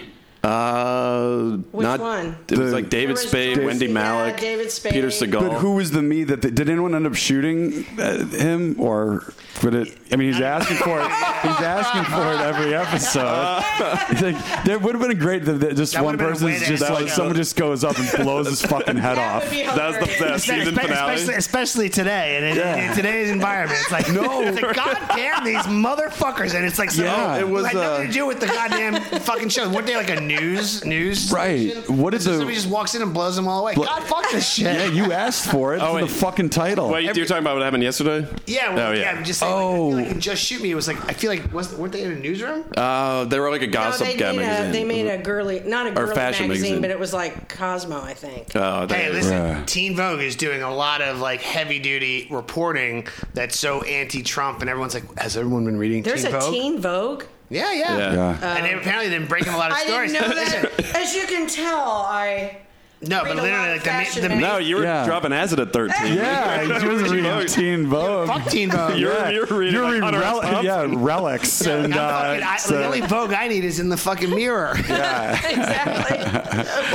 Speaker 1: Uh,
Speaker 4: Which
Speaker 1: not,
Speaker 4: one?
Speaker 1: It was
Speaker 2: The-
Speaker 1: like David
Speaker 4: There was
Speaker 1: Spade,
Speaker 4: David-
Speaker 1: Wendy
Speaker 4: yeah,
Speaker 1: Malick,
Speaker 4: David Spade.
Speaker 1: Peter Segal.
Speaker 2: But who was the me that they, did anyone end up shooting uh, him or would it? I mean, he's asking for it. He's asking for it every episode. He's like, there would have been a great that- that just
Speaker 3: That
Speaker 2: one
Speaker 3: would've been a
Speaker 2: person's
Speaker 3: way to
Speaker 2: just
Speaker 3: end
Speaker 2: like
Speaker 3: the show.
Speaker 2: someone just goes up and blows his fucking head
Speaker 4: That
Speaker 2: off.
Speaker 4: would be
Speaker 1: That was the best.
Speaker 4: hilarious.
Speaker 1: Season
Speaker 3: Espe-
Speaker 1: finale?
Speaker 3: Especially, especially today, and in,
Speaker 2: Yeah.
Speaker 3: in today's environment, it's like
Speaker 2: No.
Speaker 3: it's like, God damn these motherfuckers, and it's like so,
Speaker 2: Yeah.
Speaker 3: it
Speaker 2: It
Speaker 3: was
Speaker 1: was,
Speaker 3: had nothing
Speaker 1: uh,
Speaker 3: to do with the goddamn fucking show. Weren't they like a news news?
Speaker 2: Right.
Speaker 3: station?
Speaker 2: What is
Speaker 3: So
Speaker 2: the-
Speaker 3: somebody just walks in and blows them all away? God, fuck this shit.
Speaker 2: Yeah, you asked for it
Speaker 1: Oh,
Speaker 2: for the
Speaker 1: wait.
Speaker 2: fucking title.
Speaker 1: Wait, you're talking about what happened yesterday?
Speaker 3: Yeah, well,
Speaker 1: oh,
Speaker 3: yeah.
Speaker 1: yeah.
Speaker 3: I'm just saying. Like, I feel like
Speaker 2: Oh.
Speaker 3: in Just Shoot Me, it was like I feel like was, weren't they in a newsroom?
Speaker 1: uh, they were like a
Speaker 4: No,
Speaker 1: gossip
Speaker 4: they,
Speaker 1: guy
Speaker 4: made a,
Speaker 1: magazine.
Speaker 4: they made a girly, not a girly
Speaker 1: fashion
Speaker 4: magazine,
Speaker 1: magazine.
Speaker 4: but it was like Cosmo, I think.
Speaker 1: Oh,
Speaker 3: hey,
Speaker 1: there-
Speaker 3: listen,
Speaker 2: Right.
Speaker 3: Teen Vogue is doing a lot of like heavy duty reporting that's so anti-Trump, and everyone's like, has everyone been reading
Speaker 4: There's
Speaker 3: Teen
Speaker 4: a
Speaker 3: Vogue?
Speaker 4: Teen Vogue.
Speaker 3: Yeah, yeah,
Speaker 1: Yeah.
Speaker 2: Yeah.
Speaker 3: and they apparently they've been breaking a lot of
Speaker 4: I
Speaker 3: stories.
Speaker 4: didn't know
Speaker 3: Listen,
Speaker 4: that. As you can tell, I.
Speaker 3: no, but
Speaker 4: Read a lot
Speaker 3: literally,
Speaker 4: of
Speaker 3: like the, ma-
Speaker 4: fashion
Speaker 3: the
Speaker 4: magazines.
Speaker 1: No, you were
Speaker 2: Yeah.
Speaker 1: dropping acid at 13.
Speaker 2: yeah, he was reading Teen Vogue.
Speaker 3: fuck Teen Vogue.
Speaker 1: You're-
Speaker 2: yeah.
Speaker 1: you're reading, like,
Speaker 2: reading
Speaker 1: Hunter S.
Speaker 2: rel-
Speaker 1: Thompson.
Speaker 2: yeah, relics and
Speaker 3: I'm
Speaker 2: uh,
Speaker 3: fucking- I-
Speaker 2: so- uh,
Speaker 3: the only Vogue I need is in the fucking mirror,
Speaker 4: Exactly.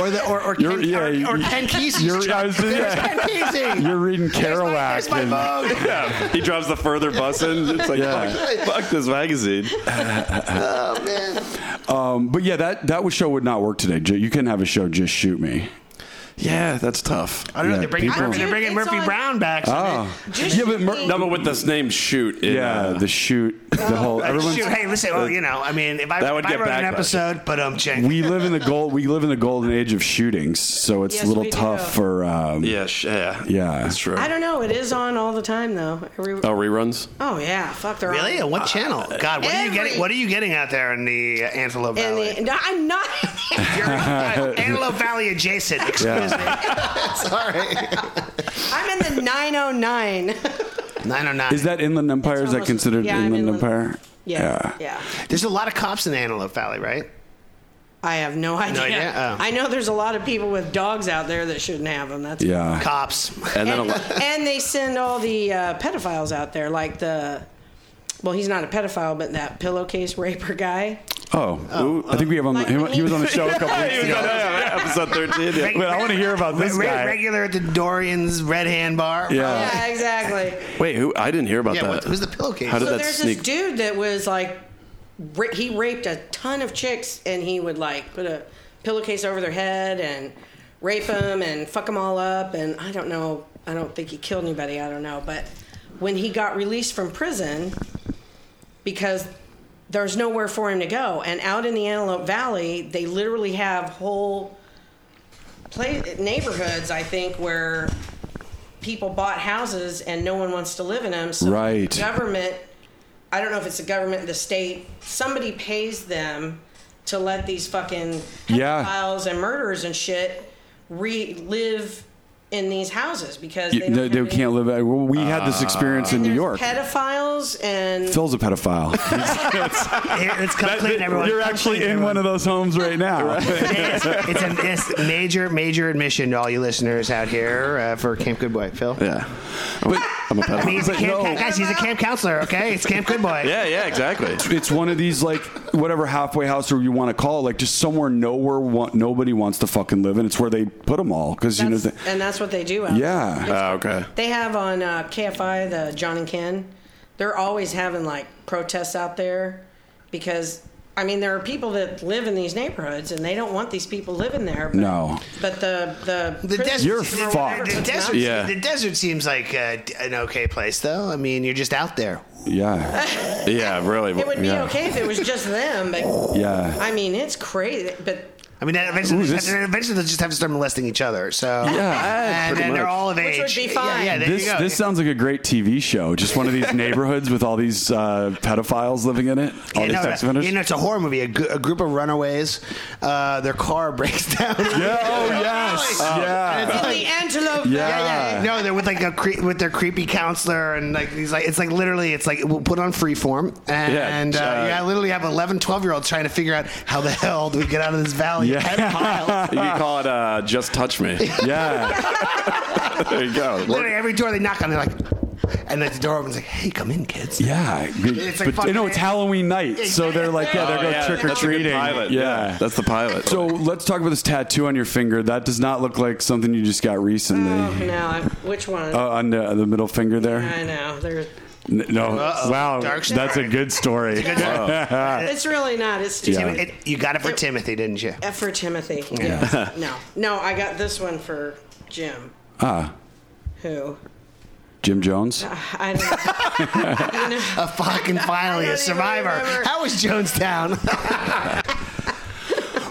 Speaker 3: or the or or
Speaker 2: You're-
Speaker 3: Ken,
Speaker 2: yeah,
Speaker 3: or, or
Speaker 2: you-
Speaker 3: Ken Kesey's
Speaker 2: you're, I
Speaker 3: truck.
Speaker 2: was, yeah,
Speaker 3: Ken Kesey.
Speaker 2: you're reading Kerouac.
Speaker 3: Here's my
Speaker 2: and-
Speaker 3: Vogue.
Speaker 1: Yeah. He drives the further bus in. It's like,
Speaker 2: Yeah.
Speaker 1: fuck, fuck this magazine.
Speaker 3: Oh man.
Speaker 2: Um, but yeah, that that would- show would not work today. Ju- You can have a show just shoot me.
Speaker 1: Yeah, that's tough.
Speaker 3: I don't know.
Speaker 2: Yeah,
Speaker 3: They're bringing,
Speaker 2: people-
Speaker 3: Murphy, they're bringing
Speaker 4: It's
Speaker 3: Murphy
Speaker 4: on-
Speaker 3: Brown back. so
Speaker 2: Oh,
Speaker 4: Just
Speaker 2: yeah, but Mer-
Speaker 4: me.
Speaker 1: No, but with this name, shoot. in,
Speaker 2: yeah,
Speaker 1: uh,
Speaker 2: the shoot, the whole
Speaker 3: they-
Speaker 2: everyone's.
Speaker 3: Shoot, hey, listen. Well, you know, I mean, if I,
Speaker 1: That would
Speaker 3: if I
Speaker 1: get
Speaker 3: wrote an
Speaker 1: backlash.
Speaker 3: episode, but um, Jen,
Speaker 2: We live in the gold. We live in the golden age of shootings, so it's
Speaker 4: Yes,
Speaker 2: a little
Speaker 4: we do.
Speaker 2: tough for. Um,
Speaker 1: yeah, sh- yeah.
Speaker 2: Yeah.
Speaker 1: That's true.
Speaker 4: I don't know. It is on all the time, though. Every-
Speaker 1: Oh, reruns?
Speaker 4: Oh, yeah. Fuck, they're
Speaker 3: really,
Speaker 4: on.
Speaker 2: Uh,
Speaker 3: what channel? God, what are you
Speaker 4: every-
Speaker 3: getting? What are you getting out there in the uh, Antelope
Speaker 4: And
Speaker 3: Valley?
Speaker 4: the, no, I'm not.
Speaker 3: You're uh, Antelope Valley adjacent. Excuse me. Sorry.
Speaker 4: I'm in the 909.
Speaker 3: Nine oh nine.
Speaker 2: Is that Inland Empire? Is that
Speaker 4: almost-
Speaker 2: considered
Speaker 4: yeah, I'm
Speaker 2: Inland,
Speaker 4: Inland-
Speaker 2: Empire?
Speaker 4: Yeah. Yeah.
Speaker 3: There's a lot of cops in Antelope Valley, right?
Speaker 4: I have no idea.
Speaker 3: idea? Oh.
Speaker 4: I know there's a lot of people with dogs out there that shouldn't have them. That's
Speaker 2: Yeah.
Speaker 3: Cops.
Speaker 1: And then a
Speaker 4: and,
Speaker 1: lot.
Speaker 4: and they send all the uh, pedophiles out there, like the. Well, he's not a pedophile, but that pillowcase raper guy.
Speaker 2: Oh, I think we have on.
Speaker 4: Like
Speaker 2: he,
Speaker 4: when
Speaker 2: he was
Speaker 4: he-
Speaker 2: on the show a couple weeks ago.
Speaker 1: episode 13. yeah.
Speaker 2: Wait, I want to hear about this
Speaker 3: Re-
Speaker 2: guy.
Speaker 3: regular at the Dorian's Red Hand Bar.
Speaker 2: Yeah.
Speaker 4: Yeah, exactly.
Speaker 1: Wait, who? I didn't hear about
Speaker 3: Yeah,
Speaker 1: that.
Speaker 3: what- who's the pillowcase?
Speaker 1: How did
Speaker 4: So
Speaker 1: that
Speaker 4: there's
Speaker 1: sneak?
Speaker 4: this dude that was like, ra- he raped a ton of chicks, and he would like put a pillowcase over their head and rape them and fuck them all up. And I don't know, I don't think he killed anybody. I don't know, but when he got released from prison, because there's nowhere for him to go, and out in the Antelope Valley, they literally have whole pla neighborhoods, I think, where people bought houses and no one wants to live in them. So
Speaker 2: Right.
Speaker 4: the government, I don't know if it's the government, the state, somebody pays them to let these fucking
Speaker 2: Yeah.
Speaker 4: pedophiles and murderers and shit relive in these houses because
Speaker 2: You-
Speaker 4: they,
Speaker 2: they,
Speaker 4: don't
Speaker 2: they
Speaker 4: have any-
Speaker 2: can't live. Well, we had this
Speaker 3: Ah.
Speaker 2: experience in New
Speaker 4: There's
Speaker 2: York.
Speaker 4: Pedophiles and
Speaker 2: Phil's a pedophile.
Speaker 3: Here, let's come clean, everyone.
Speaker 2: You're
Speaker 3: Come
Speaker 2: actually
Speaker 3: clean,
Speaker 2: in one
Speaker 3: everyone.
Speaker 2: of those homes right now.
Speaker 3: it's, it's a it's major, major admission to all you listeners out here uh, for Camp Good Boy, Phil.
Speaker 1: Yeah. But, I'm a
Speaker 3: I
Speaker 1: pedophile.
Speaker 3: mean, he's a
Speaker 2: But
Speaker 3: camp,
Speaker 2: no.
Speaker 3: guys, he's a camp counselor, okay? It's Camp Good Boy.
Speaker 1: Yeah, yeah, exactly.
Speaker 2: It's one of these like whatever halfway house or you want to call it, like just somewhere nowhere wa- nobody wants to fucking live, and it's where they put them all because you know.
Speaker 4: that's-
Speaker 2: they-
Speaker 4: and that's what they do. Out
Speaker 2: Yeah.
Speaker 4: there.
Speaker 1: Ah, okay.
Speaker 4: They have on uh, KFI the John and Ken. They're always having like protests out there because I mean there are people that live in these neighborhoods and they don't want these people living there. But,
Speaker 2: No.
Speaker 4: But the the,
Speaker 3: The desert,
Speaker 2: You're
Speaker 3: the- the-
Speaker 2: fucked.
Speaker 3: The, desert,
Speaker 1: Yeah.
Speaker 3: the desert seems like uh, d- an okay place, though. I mean, you're just out there.
Speaker 2: yeah,
Speaker 1: Yeah, really.
Speaker 4: It would be
Speaker 1: yeah.
Speaker 4: okay if it was just them, but
Speaker 2: yeah.
Speaker 4: I mean it's crazy. But
Speaker 3: I mean, eventually,
Speaker 2: Ooh, this-
Speaker 3: eventually they'll just have to start molesting each other. So
Speaker 1: Yeah,
Speaker 3: and
Speaker 1: pretty
Speaker 3: then they're
Speaker 1: much.
Speaker 3: all of
Speaker 4: Which
Speaker 3: age.
Speaker 4: would be fine.
Speaker 3: Yeah, yeah, there
Speaker 2: this
Speaker 3: you go.
Speaker 2: this sounds like a great TV show. Just one of these neighborhoods with all these uh, pedophiles living in it. All
Speaker 3: you
Speaker 2: these
Speaker 3: know,
Speaker 2: sex offenders.
Speaker 3: you know, it's a horror movie. A, gr- a group of runaways, uh, their car breaks down.
Speaker 2: yeah. Oh yes.
Speaker 3: And
Speaker 2: yeah.
Speaker 3: it's
Speaker 4: the antelope.
Speaker 2: Yeah.
Speaker 4: Uh.
Speaker 3: Yeah, yeah. No, they're with like a cre- with their creepy counselor and like he's like it's like literally it's like we'll put on freeform and
Speaker 1: Yeah,
Speaker 3: and, uh,
Speaker 1: uh,
Speaker 3: yeah, I literally have 11, 12 year olds trying to figure out how the hell do we get out of this valley?
Speaker 2: Yeah.
Speaker 3: Ten miles.
Speaker 1: You could call it uh, Just Touch Me.
Speaker 2: Yeah.
Speaker 1: There you go.
Speaker 3: literally every door they knock on, they're like, and then the door opens like, hey, come in, kids.
Speaker 2: Yeah.
Speaker 3: It's like
Speaker 2: but you know,
Speaker 3: fucking-
Speaker 2: it's Halloween night, so they're like, yeah, they're
Speaker 1: Oh,
Speaker 2: going
Speaker 1: yeah,
Speaker 2: trick or
Speaker 1: that's a good
Speaker 2: treating.
Speaker 1: pilot.
Speaker 2: Yeah.
Speaker 1: That's the pilot.
Speaker 2: So let's talk about this tattoo on your finger. That does not look like something you just got recently.
Speaker 4: Oh, no, I, which one?
Speaker 2: Uh, on the, the middle finger there.
Speaker 4: I know. There's,
Speaker 2: N- No.
Speaker 3: Uh-oh.
Speaker 2: Wow.
Speaker 3: Dark story.
Speaker 2: that's a good story.
Speaker 4: it's really not. It's stupid.
Speaker 2: Yeah.
Speaker 3: It- you got it for Timothy, didn't you?
Speaker 4: F for Timothy.
Speaker 2: Yeah.
Speaker 4: no, no, I got this one for Jim.
Speaker 2: Ah,
Speaker 4: Who?
Speaker 2: Jim Jones.
Speaker 4: I don't know.
Speaker 3: A fucking finally a
Speaker 4: I don't even
Speaker 3: survivor.
Speaker 4: remember.
Speaker 3: How was Jonestown?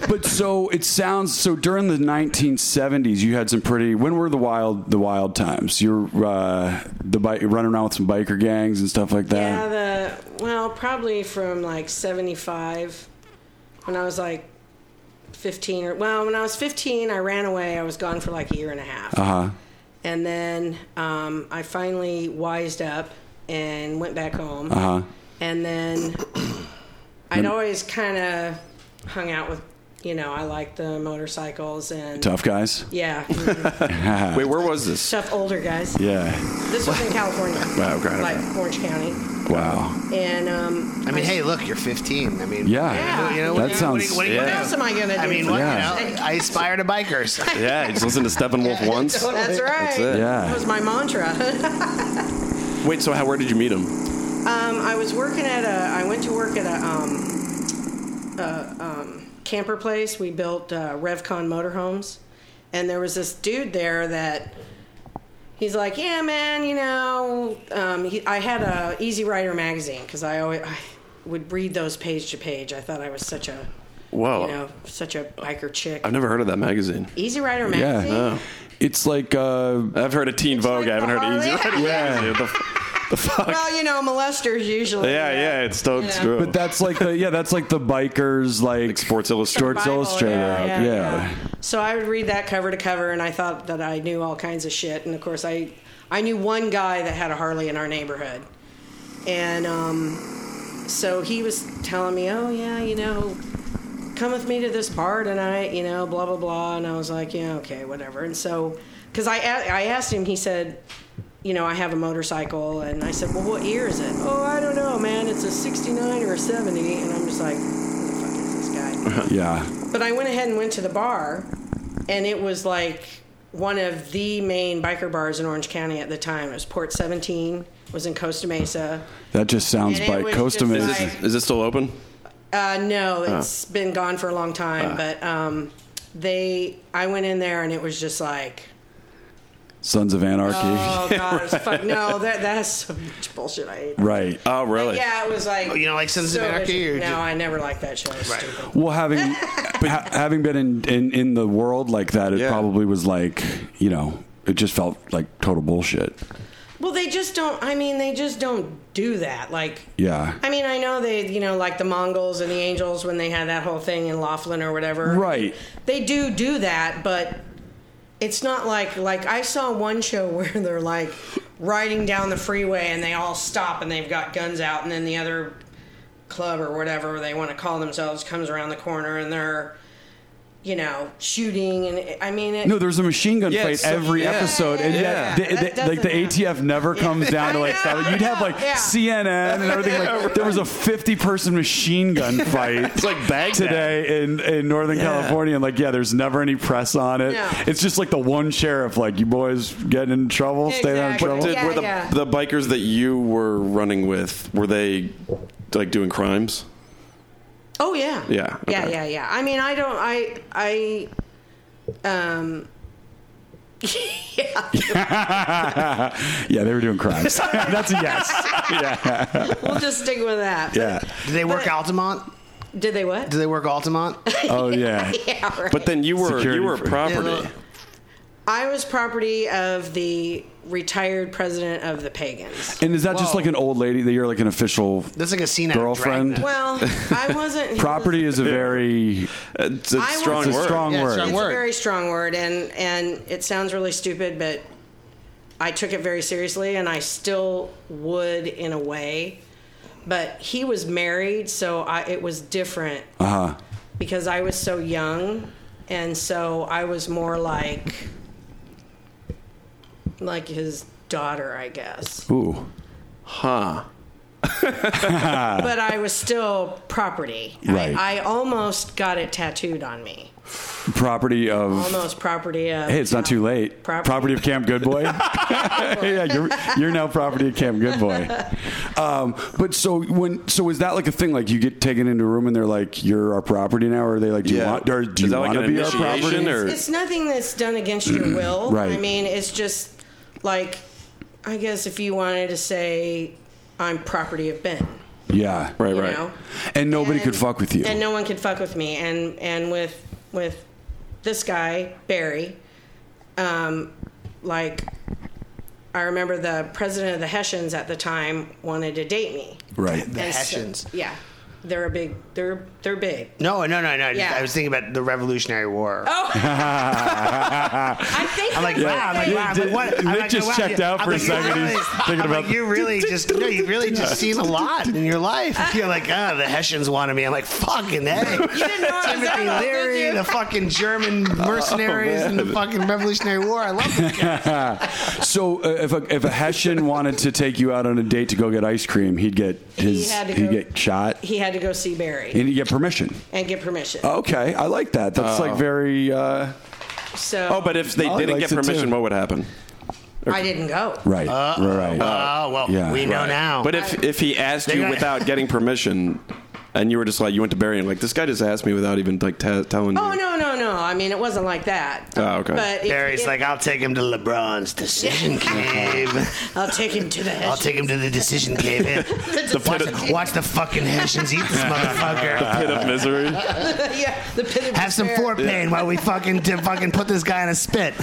Speaker 2: But so it sounds so during the 1970s, you had some pretty. When were the wild the wild times? You're uh, the bike running around with some biker gangs and stuff like
Speaker 4: Yeah,
Speaker 2: that.
Speaker 4: the well, probably from like '75 when I was like 15 or well, when I was 15, I ran away. I was gone for like a year and a half,
Speaker 2: Uh huh.
Speaker 4: and then um, I finally wised up and went back home.
Speaker 2: Uh huh.
Speaker 4: And then I'd always kind of hung out with, you know, I liked the motorcycles and
Speaker 2: Tough guys.
Speaker 4: yeah, mm-hmm.
Speaker 1: Wait, where was this?
Speaker 4: tough older guys.
Speaker 2: Yeah.
Speaker 4: This was in California,
Speaker 1: Wow, okay, okay.
Speaker 4: like Orange County,
Speaker 2: Wow.
Speaker 4: and um,
Speaker 3: I mean, hey, look, you're 15. I mean,
Speaker 2: Yeah.
Speaker 4: Yeah.
Speaker 3: You know,
Speaker 2: That
Speaker 3: what-
Speaker 2: sounds-
Speaker 3: What, what,
Speaker 4: what
Speaker 1: Yeah.
Speaker 4: else am I gonna do?
Speaker 3: I mean, what,
Speaker 2: Yeah.
Speaker 3: you know, I aspire to bikers.
Speaker 1: Yeah, just listen to Steppenwolf once.
Speaker 4: That's right.
Speaker 1: it.
Speaker 2: Yeah.
Speaker 4: That was my mantra. um,
Speaker 1: Wait, so how? Where did you meet him?
Speaker 4: I was working at a. I went to work at a, um, a um, camper place. We built uh, Revcon motorhomes, and there was this dude there that. He's like, yeah, man, you know, um, he, I had a Easy Rider magazine because I always I would read those page to page. I thought I was such a,
Speaker 1: Whoa,
Speaker 4: you know, E- such a biker chick.
Speaker 1: I've never heard of that magazine.
Speaker 4: Easy Rider
Speaker 2: Yeah.
Speaker 4: magazine.
Speaker 1: Oh.
Speaker 2: It's like uh,
Speaker 1: I've heard of Teen Vogue.
Speaker 4: like
Speaker 1: I haven't
Speaker 4: the
Speaker 1: heard of Easy
Speaker 4: Harley.
Speaker 1: Rider.
Speaker 2: Yeah.
Speaker 1: Magazine. The, f- the fuck.
Speaker 4: Well, you know, molesters usually.
Speaker 1: yeah, yeah, it's still
Speaker 4: Yeah.
Speaker 1: true.
Speaker 2: But that's like the yeah, that's like the bikers like
Speaker 1: like Sports Illustrated.
Speaker 2: Sports
Speaker 4: Bible,
Speaker 2: Illustrated. Yeah,
Speaker 4: So I would read that cover to cover, and I thought that I knew all kinds of shit. And of course, I I knew one guy that had a Harley in our neighborhood, and um, so he was telling me, "Oh yeah, you know, come with me to this bar tonight," you know, blah blah blah. And I was like, "Yeah, okay, whatever." And so, because I a- I asked him, he said. You know, I have a motorcycle, and I said, "Well, what year is it?" Oh, I don't know, man. It's a '69 or a '70, and I'm just like, "Who the fuck is this guy?"
Speaker 2: yeah.
Speaker 4: But I went ahead and went to the bar, and it was like one of the main biker bars in Orange County at the time. It was Port 17, it was in Costa Mesa.
Speaker 2: That just sounds
Speaker 4: And it
Speaker 2: like
Speaker 4: was
Speaker 2: Costa
Speaker 4: just
Speaker 2: Mesa.
Speaker 4: like-
Speaker 1: Is it still open?
Speaker 4: Uh, no, it's been gone for a long time, but um, they, I went in there and it was just like,
Speaker 2: Sons of Anarchy.
Speaker 4: oh god, it's fuck, no, that that's so much bullshit. I hate.
Speaker 2: right.
Speaker 1: Oh, really?
Speaker 4: Yeah, it was like,
Speaker 3: Oh, you don't like Sons of Anarchy,
Speaker 4: vicious.
Speaker 3: or
Speaker 4: no,
Speaker 3: just-
Speaker 4: I never liked that show. It's
Speaker 3: Right.
Speaker 4: Stupid.
Speaker 2: Well, having but ha- having been in, in in the world like that, it
Speaker 1: Yeah.
Speaker 2: probably was like you know, it just felt like total bullshit.
Speaker 4: Well, they just don't. I mean, they just don't do that. Like,
Speaker 2: Yeah.
Speaker 4: I mean, I know they, you know, like the Mongols and the Angels when they had that whole thing in Laughlin or whatever.
Speaker 2: Right.
Speaker 4: They do do that, but it's not like like I saw one show where they're like riding down the freeway and they all stop and they've got guns out and then the other club or whatever they want to call themselves comes around the corner and they're you know shooting and I mean it,
Speaker 2: No, there's a machine gun
Speaker 1: Yeah,
Speaker 2: fight
Speaker 1: it's so-
Speaker 2: every
Speaker 1: yeah.
Speaker 2: episode, and
Speaker 1: Yeah.
Speaker 2: yet
Speaker 4: That
Speaker 2: the, the,
Speaker 4: doesn't
Speaker 2: like the
Speaker 4: happen.
Speaker 2: ATF never comes down to like
Speaker 4: I
Speaker 2: stop it.
Speaker 4: know,
Speaker 2: You'd have like
Speaker 4: yeah.
Speaker 2: CNN and everything. Like there was a 50 person machine gun fight. it's
Speaker 1: like Baghdad.
Speaker 2: today in in Northern California, and like yeah, there's never any press on it.
Speaker 4: No.
Speaker 2: It's just like the one sheriff, like you boys getting in trouble, stay out of
Speaker 4: Exactly.
Speaker 2: trouble.
Speaker 1: Did,
Speaker 4: Yeah,
Speaker 1: were the,
Speaker 4: yeah.
Speaker 1: the bikers that you were running with were they like doing crimes?
Speaker 4: Oh yeah.
Speaker 1: Yeah,
Speaker 4: Yeah,
Speaker 1: okay.
Speaker 4: yeah, yeah. I mean, I don't. I I um. yeah.
Speaker 2: Yeah, they were doing crimes. That's a yes.
Speaker 4: We'll just stick with that.
Speaker 2: Yeah.
Speaker 3: Did they work Altamont?
Speaker 4: Did they what?
Speaker 3: Did they work Altamont?
Speaker 2: Oh yeah.
Speaker 4: yeah. Right.
Speaker 1: But then you were
Speaker 2: Security
Speaker 1: you were
Speaker 2: for-
Speaker 1: property.
Speaker 3: Yeah,
Speaker 4: I was property of the retired president of the Pagans.
Speaker 2: And is that just
Speaker 3: Whoa.
Speaker 2: like an old lady that you're like an official
Speaker 3: That's like a scene out of
Speaker 2: girlfriend?
Speaker 3: Dragnet.
Speaker 4: Well, I wasn't.
Speaker 2: Property is a very
Speaker 1: It's a
Speaker 4: I was-
Speaker 1: strong
Speaker 2: it's a
Speaker 1: word.
Speaker 2: strong
Speaker 3: Yeah,
Speaker 2: word.
Speaker 3: strong
Speaker 4: It's
Speaker 3: word.
Speaker 4: a very strong word, and and it sounds really stupid, but I took it very seriously, and I still would in a way. But he was married, so I, it was different
Speaker 2: Uh-huh.
Speaker 4: because I was so young, and so I was more like like his daughter, I guess.
Speaker 2: Ooh.
Speaker 1: Huh.
Speaker 4: But I was still property.
Speaker 2: Right.
Speaker 4: I, I almost got it tattooed on me.
Speaker 2: Property of
Speaker 4: Almost property of.
Speaker 2: Hey, it's not too late.
Speaker 4: Property.
Speaker 2: of Camp Good Boy. yeah, you're, you're now property of Camp Good Boy. Um, but so when so is that like a thing? Like you get taken into a room and they're like, "You're our property now," or are they like, "Do you
Speaker 1: Yeah.
Speaker 2: want? Or do
Speaker 1: Is
Speaker 2: you
Speaker 1: that like
Speaker 2: want to
Speaker 1: an
Speaker 2: be our
Speaker 1: initiation
Speaker 2: property?"
Speaker 1: or-
Speaker 4: It's nothing that's done against your will.
Speaker 2: Right.
Speaker 4: I mean, it's just like, I guess if you wanted to say, I'm property of Ben.
Speaker 2: yeah,
Speaker 1: Right,
Speaker 4: You
Speaker 1: right.
Speaker 4: know?
Speaker 2: And nobody could
Speaker 4: And-
Speaker 2: fuck with you.
Speaker 4: And no one could fuck with me. And and with with this guy Barry, um, like I remember the president of the Hessians at the time wanted to date me.
Speaker 2: right.
Speaker 3: The
Speaker 4: And so-
Speaker 3: Hessians.
Speaker 4: yeah, they're a big. They're they're big.
Speaker 3: No, no, no, no.
Speaker 4: Yeah.
Speaker 3: I was thinking about the Revolutionary War.
Speaker 4: Oh. I think
Speaker 3: I'm like,
Speaker 4: they're
Speaker 3: wow. I'm like,
Speaker 4: big.
Speaker 3: wow. I'm like, what? I'm
Speaker 2: Nick
Speaker 3: like,
Speaker 2: just
Speaker 3: wow,
Speaker 2: checked
Speaker 3: you-
Speaker 2: out
Speaker 3: I'm
Speaker 2: for a
Speaker 3: like, you
Speaker 2: second.
Speaker 3: really-
Speaker 2: He's thinking
Speaker 3: I'm like,
Speaker 2: about-
Speaker 3: you really just, no, you really just seen a lot in your life. You're like, ah, the Hessians wanted me. I'm like, fucking hey.
Speaker 4: didn't know I was
Speaker 3: Timothy
Speaker 4: out, did
Speaker 3: Leary,
Speaker 4: you?
Speaker 3: the fucking German
Speaker 2: Oh,
Speaker 3: mercenaries, and the fucking Revolutionary War. I love it.
Speaker 2: So uh, if a, if a Hessian wanted to take you out on a date to go get ice cream, he'd get his
Speaker 4: had to
Speaker 2: he'd
Speaker 4: go-
Speaker 2: get shot Oh.
Speaker 4: He had to go see Barry
Speaker 2: and he'd get permission.
Speaker 4: and get permission.
Speaker 2: Okay, I like that. That's like very uh,
Speaker 4: So
Speaker 1: Oh, but if they
Speaker 2: Molly
Speaker 1: didn't
Speaker 2: likes
Speaker 1: get
Speaker 2: it
Speaker 1: permission,
Speaker 2: too.
Speaker 1: what would happen?
Speaker 4: I didn't go.
Speaker 2: right, right, right.
Speaker 1: uh,
Speaker 3: Oh, Uh, well,
Speaker 2: Yeah.
Speaker 3: we know now.
Speaker 1: But if if he asked you
Speaker 3: gotta-
Speaker 1: without getting permission, and you were just like you went to Barry and like this guy just asked me without even like t- telling
Speaker 4: Oh
Speaker 1: you.
Speaker 4: no no no! I mean, it wasn't like that.
Speaker 1: Oh, okay.
Speaker 4: But if-
Speaker 3: Barry's
Speaker 4: if-
Speaker 3: like, I'll take him to LeBron's decision cave.
Speaker 4: I'll take him to the head.
Speaker 3: I'll take him to the decision cave. Here.
Speaker 4: The
Speaker 3: watch,
Speaker 1: pit
Speaker 4: of-
Speaker 3: watch the fucking Hessians eat this motherfucker.
Speaker 1: Pit of misery.
Speaker 4: yeah, the pit of
Speaker 3: Have some
Speaker 4: despair.
Speaker 3: forepain while we fucking to fucking put this guy in a spit.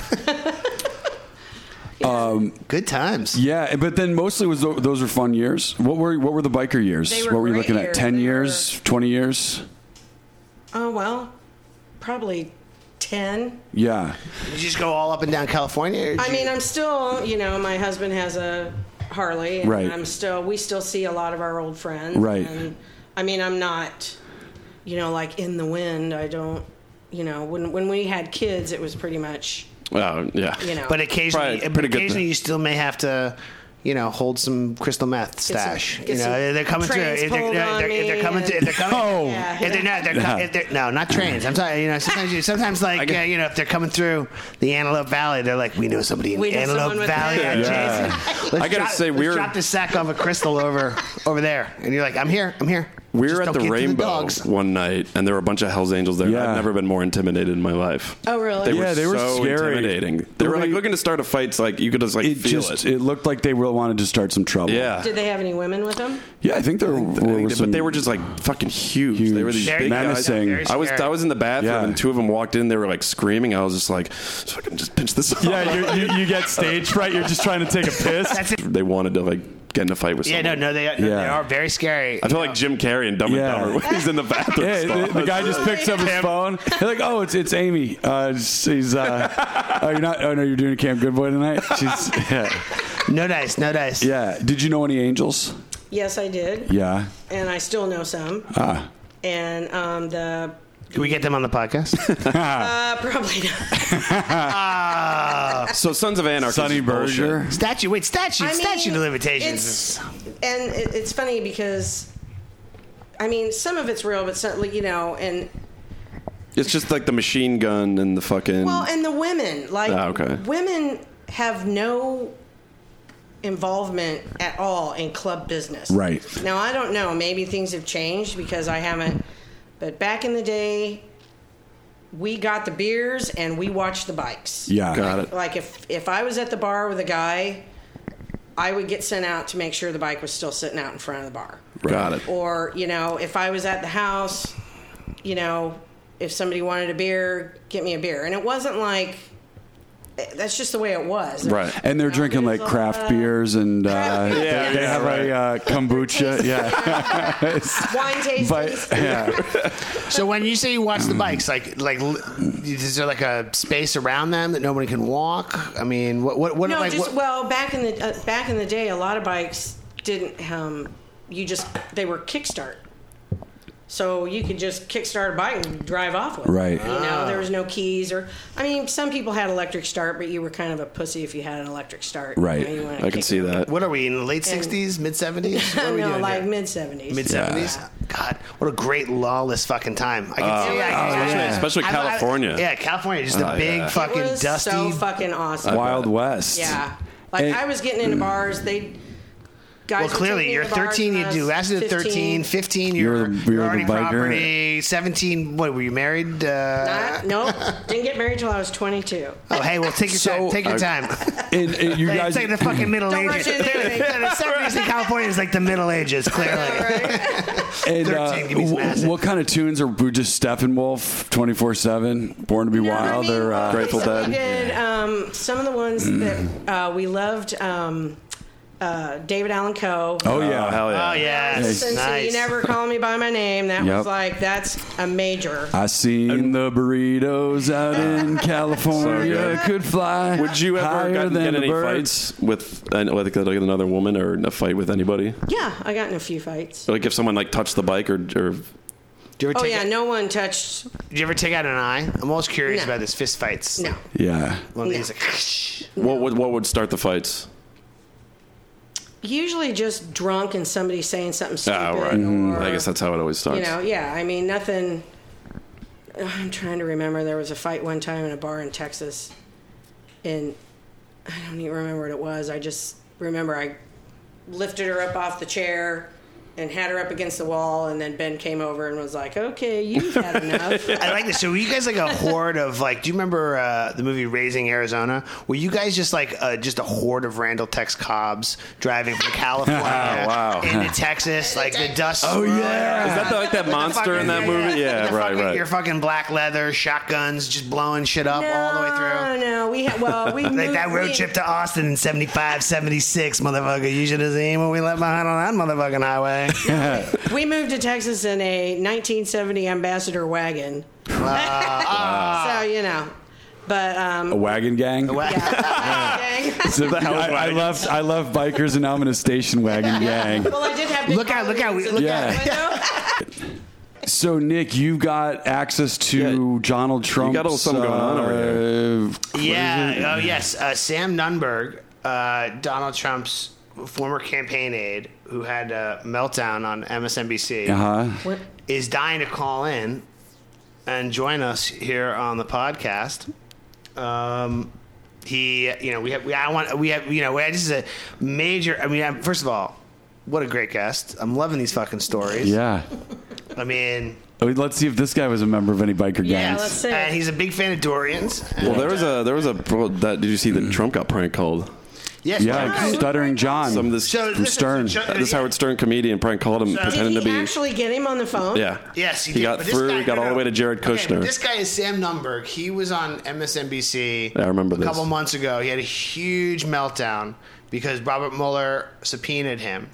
Speaker 3: Um, Good times.
Speaker 2: Yeah, but then mostly was tho- those were fun years. What were what were the biker years?
Speaker 4: They were
Speaker 2: what were you
Speaker 4: great
Speaker 2: looking at?
Speaker 4: years.
Speaker 2: Ten
Speaker 4: They
Speaker 2: years, twenty years?
Speaker 4: Oh well, probably ten.
Speaker 2: Yeah,
Speaker 3: Did you just go all up and down California? or did
Speaker 4: I
Speaker 3: you-
Speaker 4: mean, I'm still, you know, my husband has a Harley, and
Speaker 2: Right.
Speaker 4: I'm still, we still see a lot of our old friends,
Speaker 2: Right.
Speaker 4: And I mean, I'm not, you know, like in the wind. I don't, you know, when when we had kids, it was pretty much,
Speaker 1: Oh yeah.
Speaker 4: you know,
Speaker 3: but occasionally,
Speaker 1: Probably
Speaker 3: but
Speaker 1: pretty good
Speaker 3: occasionally you still may have to. You know, hold some crystal meth
Speaker 4: some-
Speaker 3: stash.
Speaker 4: get
Speaker 3: you know,
Speaker 4: some
Speaker 3: they're coming through.
Speaker 4: trains
Speaker 3: If they're,
Speaker 4: pulled on
Speaker 3: they're, if they're
Speaker 4: me
Speaker 3: coming through, if
Speaker 4: and-
Speaker 3: they're coming.
Speaker 2: Oh.
Speaker 4: Yeah.
Speaker 3: if they're not, they're,
Speaker 2: Yeah.
Speaker 3: co- if they're no, not trains. I'm sorry. You know, sometimes you, sometimes like
Speaker 1: get-
Speaker 3: uh, you know, if they're coming through the Antelope Valley, they're like, we know somebody in
Speaker 4: We know someone
Speaker 3: Antelope
Speaker 4: with
Speaker 3: Valley. uh,
Speaker 4: that.
Speaker 2: Yeah.
Speaker 3: Jason.
Speaker 1: I gotta
Speaker 3: drop-
Speaker 1: say,
Speaker 3: let's
Speaker 1: we're-
Speaker 3: drop this sack of a crystal over over there, and you're like, I'm here, I'm here.
Speaker 1: We
Speaker 3: Just
Speaker 1: were at
Speaker 3: don't
Speaker 1: the
Speaker 3: get to
Speaker 1: Rainbow
Speaker 3: dogs.
Speaker 1: one night, and there were a bunch of Hell's Angels there. and
Speaker 2: Yeah.
Speaker 1: I've never been more intimidated in my life.
Speaker 4: Oh, really?
Speaker 1: They
Speaker 2: Yeah,
Speaker 1: were
Speaker 2: they were
Speaker 1: so
Speaker 2: scary.
Speaker 1: intimidating. They were like
Speaker 2: Really-
Speaker 1: looking to start a fight. so, Like you could just like
Speaker 2: it
Speaker 1: feel
Speaker 2: just
Speaker 1: it.
Speaker 2: it. looked like they really wanted to start some trouble.
Speaker 1: Yeah.
Speaker 4: did they have any women with them?
Speaker 2: Yeah, I think there were, some,
Speaker 1: but they were just like fucking huge. They were these
Speaker 2: huge,
Speaker 1: big
Speaker 2: menacing.
Speaker 1: guys. I was I was in the bathroom
Speaker 2: Yeah.
Speaker 1: and two of them walked in. They were like screaming. I was just like, so I can just pinch this. off."
Speaker 2: Yeah, you, you, you get stage fright. You're just trying to take a piss.
Speaker 3: That's it.
Speaker 1: they wanted to like get in a fight with.
Speaker 3: Yeah,
Speaker 1: Someone.
Speaker 3: no, no, they, no, they
Speaker 2: Yeah.
Speaker 3: are very scary.
Speaker 1: I feel like Jim Carrey in Dumb
Speaker 2: Yeah.
Speaker 1: and Dumber when he's in the bathroom.
Speaker 2: Yeah,
Speaker 1: stall.
Speaker 2: the, the guy just picks up his phone. They're like, "Oh, it's it's Amy. Uh, she's uh, oh, you're not. Oh no, you're doing Camp Good Boy tonight. She's yeah.
Speaker 3: no dice, no dice.
Speaker 2: yeah. Did you know any angels?
Speaker 4: Yes, I did.
Speaker 2: Yeah.
Speaker 4: And I still know some.
Speaker 2: Ah.
Speaker 4: And um, the
Speaker 3: Can we get them on the podcast?
Speaker 4: uh, probably not.
Speaker 1: So Sons of Anarchy.
Speaker 2: Sonny
Speaker 1: is bullshit.
Speaker 2: Berger.
Speaker 3: statue, wait, statue,
Speaker 4: I mean,
Speaker 3: statue of limitations.
Speaker 4: It's, and it, it's funny because, I mean, some of it's real, but some, like, you know, and
Speaker 1: It's just like the machine gun and the fucking.
Speaker 4: well, and the women, like,
Speaker 1: Ah, okay.
Speaker 4: women have no involvement at all in club business.
Speaker 2: Right.
Speaker 4: Now I don't know. Maybe things have changed because I haven't. But back in the day, we got the beers and we watched the bikes.
Speaker 2: Yeah.
Speaker 1: Got it.
Speaker 4: like if if I was at the bar with a guy, I would get sent out to make sure the bike was still sitting out in front of the bar.
Speaker 1: Got it.
Speaker 4: Or you know, if I was at the house, you know, if somebody wanted a beer, get me a beer. And it wasn't like that's just the way it was.
Speaker 1: Right.
Speaker 2: And they're drinking like
Speaker 4: there's a lot
Speaker 2: craft
Speaker 4: of-
Speaker 2: beers and uh,
Speaker 4: Yeah,
Speaker 2: they,
Speaker 4: yeah,
Speaker 2: they have a uh, kombucha. Yeah. It's-
Speaker 4: Wine tasting.
Speaker 2: but yeah.
Speaker 3: So when you say you watch the bikes, like like l- is there like a space around them that nobody can walk? I mean, what what what
Speaker 4: no,
Speaker 3: like
Speaker 4: just
Speaker 3: what,
Speaker 4: well back in the uh, back in the day, a lot of bikes didn't. Um, you just they were kickstart, so you could just kickstart a bike and drive off with. it.
Speaker 2: Right.
Speaker 4: You know, there was no keys or. I mean, some people had electric start, but you were kind of a pussy if you had an electric start. You
Speaker 2: Right.
Speaker 4: know, you wanted to
Speaker 1: I can
Speaker 4: kick-
Speaker 1: see that.
Speaker 3: what are we in the late sixties, mid seventies? What are we
Speaker 4: no,
Speaker 3: doing?
Speaker 4: like mid seventies.
Speaker 3: mid seventies. God, what a great lawless fucking time. I can see that.
Speaker 1: especially- yeah. especially California.
Speaker 3: yeah, California, just the
Speaker 1: Oh,
Speaker 3: big
Speaker 1: yeah.
Speaker 3: fucking
Speaker 4: was
Speaker 3: dusty.
Speaker 4: so fucking awesome.
Speaker 2: Wild West.
Speaker 4: Yeah. Like
Speaker 2: And- Mm.
Speaker 4: I was getting into bars. They guys.
Speaker 3: well,
Speaker 4: were taking
Speaker 3: clearly,
Speaker 4: me
Speaker 3: you're
Speaker 4: to bars
Speaker 3: 13.
Speaker 4: when
Speaker 3: You
Speaker 4: I
Speaker 3: do
Speaker 4: was
Speaker 3: acid at 13, 15.
Speaker 2: You're
Speaker 3: You're, you're,
Speaker 2: the- you're the
Speaker 3: owning
Speaker 2: biker.
Speaker 3: property. 17. What were you married? Uh,
Speaker 4: Not, nope. Didn't get married till I was 22.
Speaker 3: oh, hey, well, take your
Speaker 2: So-
Speaker 3: time. Take your
Speaker 2: I-
Speaker 3: time.
Speaker 2: And, and you
Speaker 3: Hey,
Speaker 2: guys.
Speaker 3: it's like the fucking Middle
Speaker 4: Don't
Speaker 3: Ages.
Speaker 4: rush into anything.
Speaker 3: the 70s in California is like the Middle Ages, clearly.
Speaker 2: and, uh,
Speaker 3: 13, give me some
Speaker 2: wh-
Speaker 3: acid.
Speaker 2: what kind of tunes are we just Steppenwolf, 24 7, Born to Be Wild, or uh, Mm.
Speaker 1: Grateful
Speaker 4: so
Speaker 1: Dead.
Speaker 4: We did um, some of the ones that uh, we loved. Um, uh, David Allen Coe.
Speaker 2: Oh, yeah.
Speaker 1: Oh, hell yeah.
Speaker 3: Oh, yeah.
Speaker 2: Nice.
Speaker 4: Since
Speaker 3: Nice.
Speaker 4: you never call me by my name, that
Speaker 2: Yep.
Speaker 4: was like that's a major.
Speaker 2: I seen the burritos out in California
Speaker 1: good.
Speaker 2: could fly.
Speaker 1: Would you ever
Speaker 2: higher
Speaker 1: gotten,
Speaker 2: than
Speaker 1: get
Speaker 2: the
Speaker 1: any
Speaker 2: birds.
Speaker 1: fights with an, like, like another woman or a fight with anybody?
Speaker 4: yeah, I got in a few fights.
Speaker 1: Like if someone like touched the bike or, or
Speaker 3: Did you, ever
Speaker 4: Oh
Speaker 3: take
Speaker 4: yeah,
Speaker 3: out-
Speaker 4: no one touched.
Speaker 3: did you ever take out an eye? I'm always curious
Speaker 4: No.
Speaker 3: about this fist fights.
Speaker 4: No,
Speaker 2: Yeah.
Speaker 3: One of these,
Speaker 4: No.
Speaker 3: like,
Speaker 1: what would what would start the fights?
Speaker 4: usually just drunk and somebody saying something stupid.
Speaker 1: Ah, right.
Speaker 4: or-
Speaker 1: I guess that's how it always starts.
Speaker 4: you know, yeah. I mean, nothing. I'm trying to remember. There was a fight one time in a bar in Texas, and I don't even remember what it was. I just remember I lifted her up off the chair and had her up against the wall, and then Ben came over and was like, "Okay, you've had enough."
Speaker 3: I like this. So were you guys like a horde of like? Do you remember uh, the movie Raising Arizona? Were you guys just like uh, just a horde of Randall Tex Cobbs driving from California
Speaker 1: Oh, Wow.
Speaker 3: into Texas, like the dust?
Speaker 2: Oh,
Speaker 3: swirling
Speaker 2: yeah.
Speaker 3: around?
Speaker 1: Is that the, like that monster in that
Speaker 3: yeah,
Speaker 1: movie? Yeah,
Speaker 3: With the
Speaker 1: right,
Speaker 3: fucking-
Speaker 1: right.
Speaker 3: Your fucking black leather, shotguns, just blowing shit up all the way
Speaker 4: No,
Speaker 3: through.
Speaker 4: no, we had well, we
Speaker 3: Like
Speaker 4: moved-
Speaker 3: that road
Speaker 4: we-
Speaker 3: trip to Austin in 75, 76, motherfucker. You should have seen what we left behind on that motherfucking highway.
Speaker 4: We moved to Texas in a 1970 Ambassador wagon. so you know, but
Speaker 2: A
Speaker 4: um,
Speaker 2: wagon gang?
Speaker 4: dang.
Speaker 2: So I, I left I left bikers and now I'm in a station wagon gang.
Speaker 4: well, I did have big
Speaker 3: Look out, look out, we-
Speaker 4: balloons
Speaker 3: look
Speaker 4: in
Speaker 2: out.
Speaker 4: the window.
Speaker 2: So Nick, you got access to
Speaker 1: Yeah.
Speaker 2: Donald Trump.
Speaker 1: got a little something going on over
Speaker 3: yeah. Oh, yes. Uh, Sam Nunberg, uh, Donald Trump's former campaign aide, who had a meltdown on MSNBC,
Speaker 2: Uh huh.
Speaker 3: is dying to call in and join us here on the podcast. Um, he, you know, we have, we, I want, we have, you know, we, this is a major. I mean, I, first of all, what a great guest! I'm loving these fucking stories.
Speaker 2: Yeah.
Speaker 3: I mean,
Speaker 2: I mean, Let's see if this guy was a member of any biker
Speaker 4: Yeah,
Speaker 2: gangs.
Speaker 4: let's see.
Speaker 3: Ah, and he's a big fan of Dorians.
Speaker 1: Well, there was a there was a bro, that did you see that Trump got prank called?
Speaker 3: Yes,
Speaker 2: Yeah,
Speaker 3: right.
Speaker 2: stuttering John
Speaker 1: Some of this,
Speaker 3: So
Speaker 2: from
Speaker 3: this is-
Speaker 2: Stern.
Speaker 3: so-
Speaker 1: this Howard Stern comedian probably called him
Speaker 4: Did
Speaker 1: pretending to
Speaker 4: he
Speaker 1: be.
Speaker 4: actually get him on the phone?
Speaker 1: yeah.
Speaker 3: Yes, he,
Speaker 1: he
Speaker 3: did,
Speaker 1: got
Speaker 3: but this
Speaker 1: through.
Speaker 3: guy-
Speaker 1: he got
Speaker 3: no,
Speaker 1: all the
Speaker 3: no.
Speaker 1: way to Jared
Speaker 3: Okay,
Speaker 1: Kushner.
Speaker 3: but this guy is Sam Nunberg. He was on MSNBC.
Speaker 1: I remember
Speaker 3: a
Speaker 1: this.
Speaker 3: couple months ago. He had a huge meltdown because Robert Mueller subpoenaed him.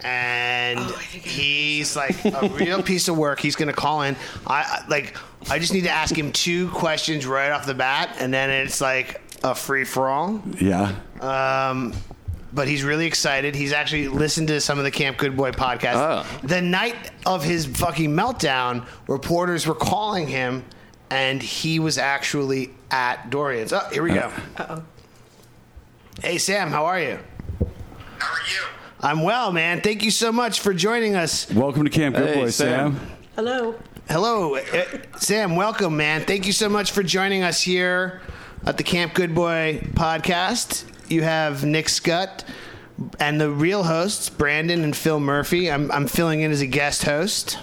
Speaker 3: And
Speaker 4: Oh, I think I
Speaker 3: he's like a real piece of work. He's going to call in. I I- like. I just need to ask him two questions right off the bat, and then it's like a free for all.
Speaker 2: yeah.
Speaker 3: Um, but he's really excited. He's actually listened to some of the Camp Good Boy podcast.
Speaker 1: Oh.
Speaker 3: The night of his fucking meltdown, reporters were calling him, and he was actually at Dorian's. Oh, here we go.
Speaker 4: Uh-oh.
Speaker 3: Hey, Sam, how are you?
Speaker 6: How are you?
Speaker 3: I'm well, man. Thank you so much for joining us.
Speaker 2: Welcome to Camp Good
Speaker 1: Hey,
Speaker 2: Boy, Sam.
Speaker 1: Sam.
Speaker 4: Hello.
Speaker 3: Hello, uh, Sam. Welcome, man. Thank you so much for joining us here at the Camp Good Boy podcast. You have Nick Scutt and the real hosts, Brandon and Phil Murphy. I'm, I'm filling in as a guest host.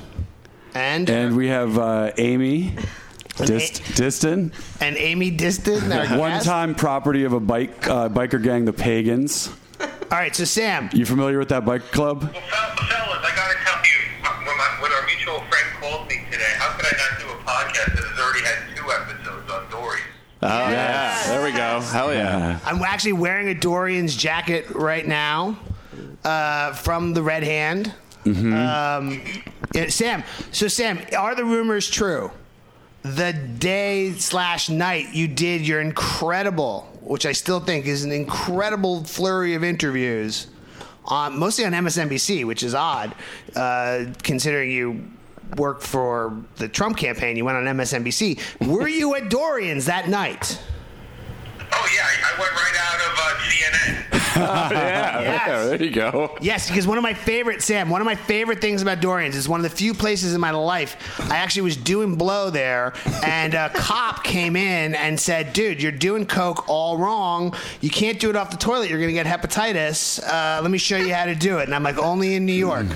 Speaker 3: And and,
Speaker 2: And we have uh, Amy Dist- Diston,
Speaker 3: Amy Diston. our guest.
Speaker 2: one-time property of a bike uh, biker gang, the Pagans.
Speaker 3: All right, so Sam.
Speaker 2: You familiar with that bike club?
Speaker 6: Well, fel- fellas, I gotta tell you, when, my, when our mutual friend called me today, how could I not do a podcast that has already had two episodes on Dory?
Speaker 1: Oh, yeah. There we go. Hell Oh, yeah.
Speaker 3: I'm actually wearing a Dorian's jacket right now uh, from the Red Hand. Um, yeah, Sam, so Sam, are the rumors true? The day slash night you did your incredible, which I still think is an incredible flurry of interviews, on mostly on MSNBC, which is odd uh, considering you worked for the Trump campaign. You went on MSNBC. Were you at Dorian's that night?
Speaker 6: Oh yeah, I, I went right out of uh, CNN.
Speaker 1: yeah.
Speaker 3: Yes.
Speaker 1: There you go.
Speaker 3: Yes, because one of my favorite, Sam, one of my favorite things about Dorian's is one of the few places in my life I actually was doing blow there, and a cop came in and said, Dude, you're doing Coke all wrong. You can't do it off the toilet. You're going to get hepatitis. Uh, let me show you how to do it. And I'm like, Only in New York.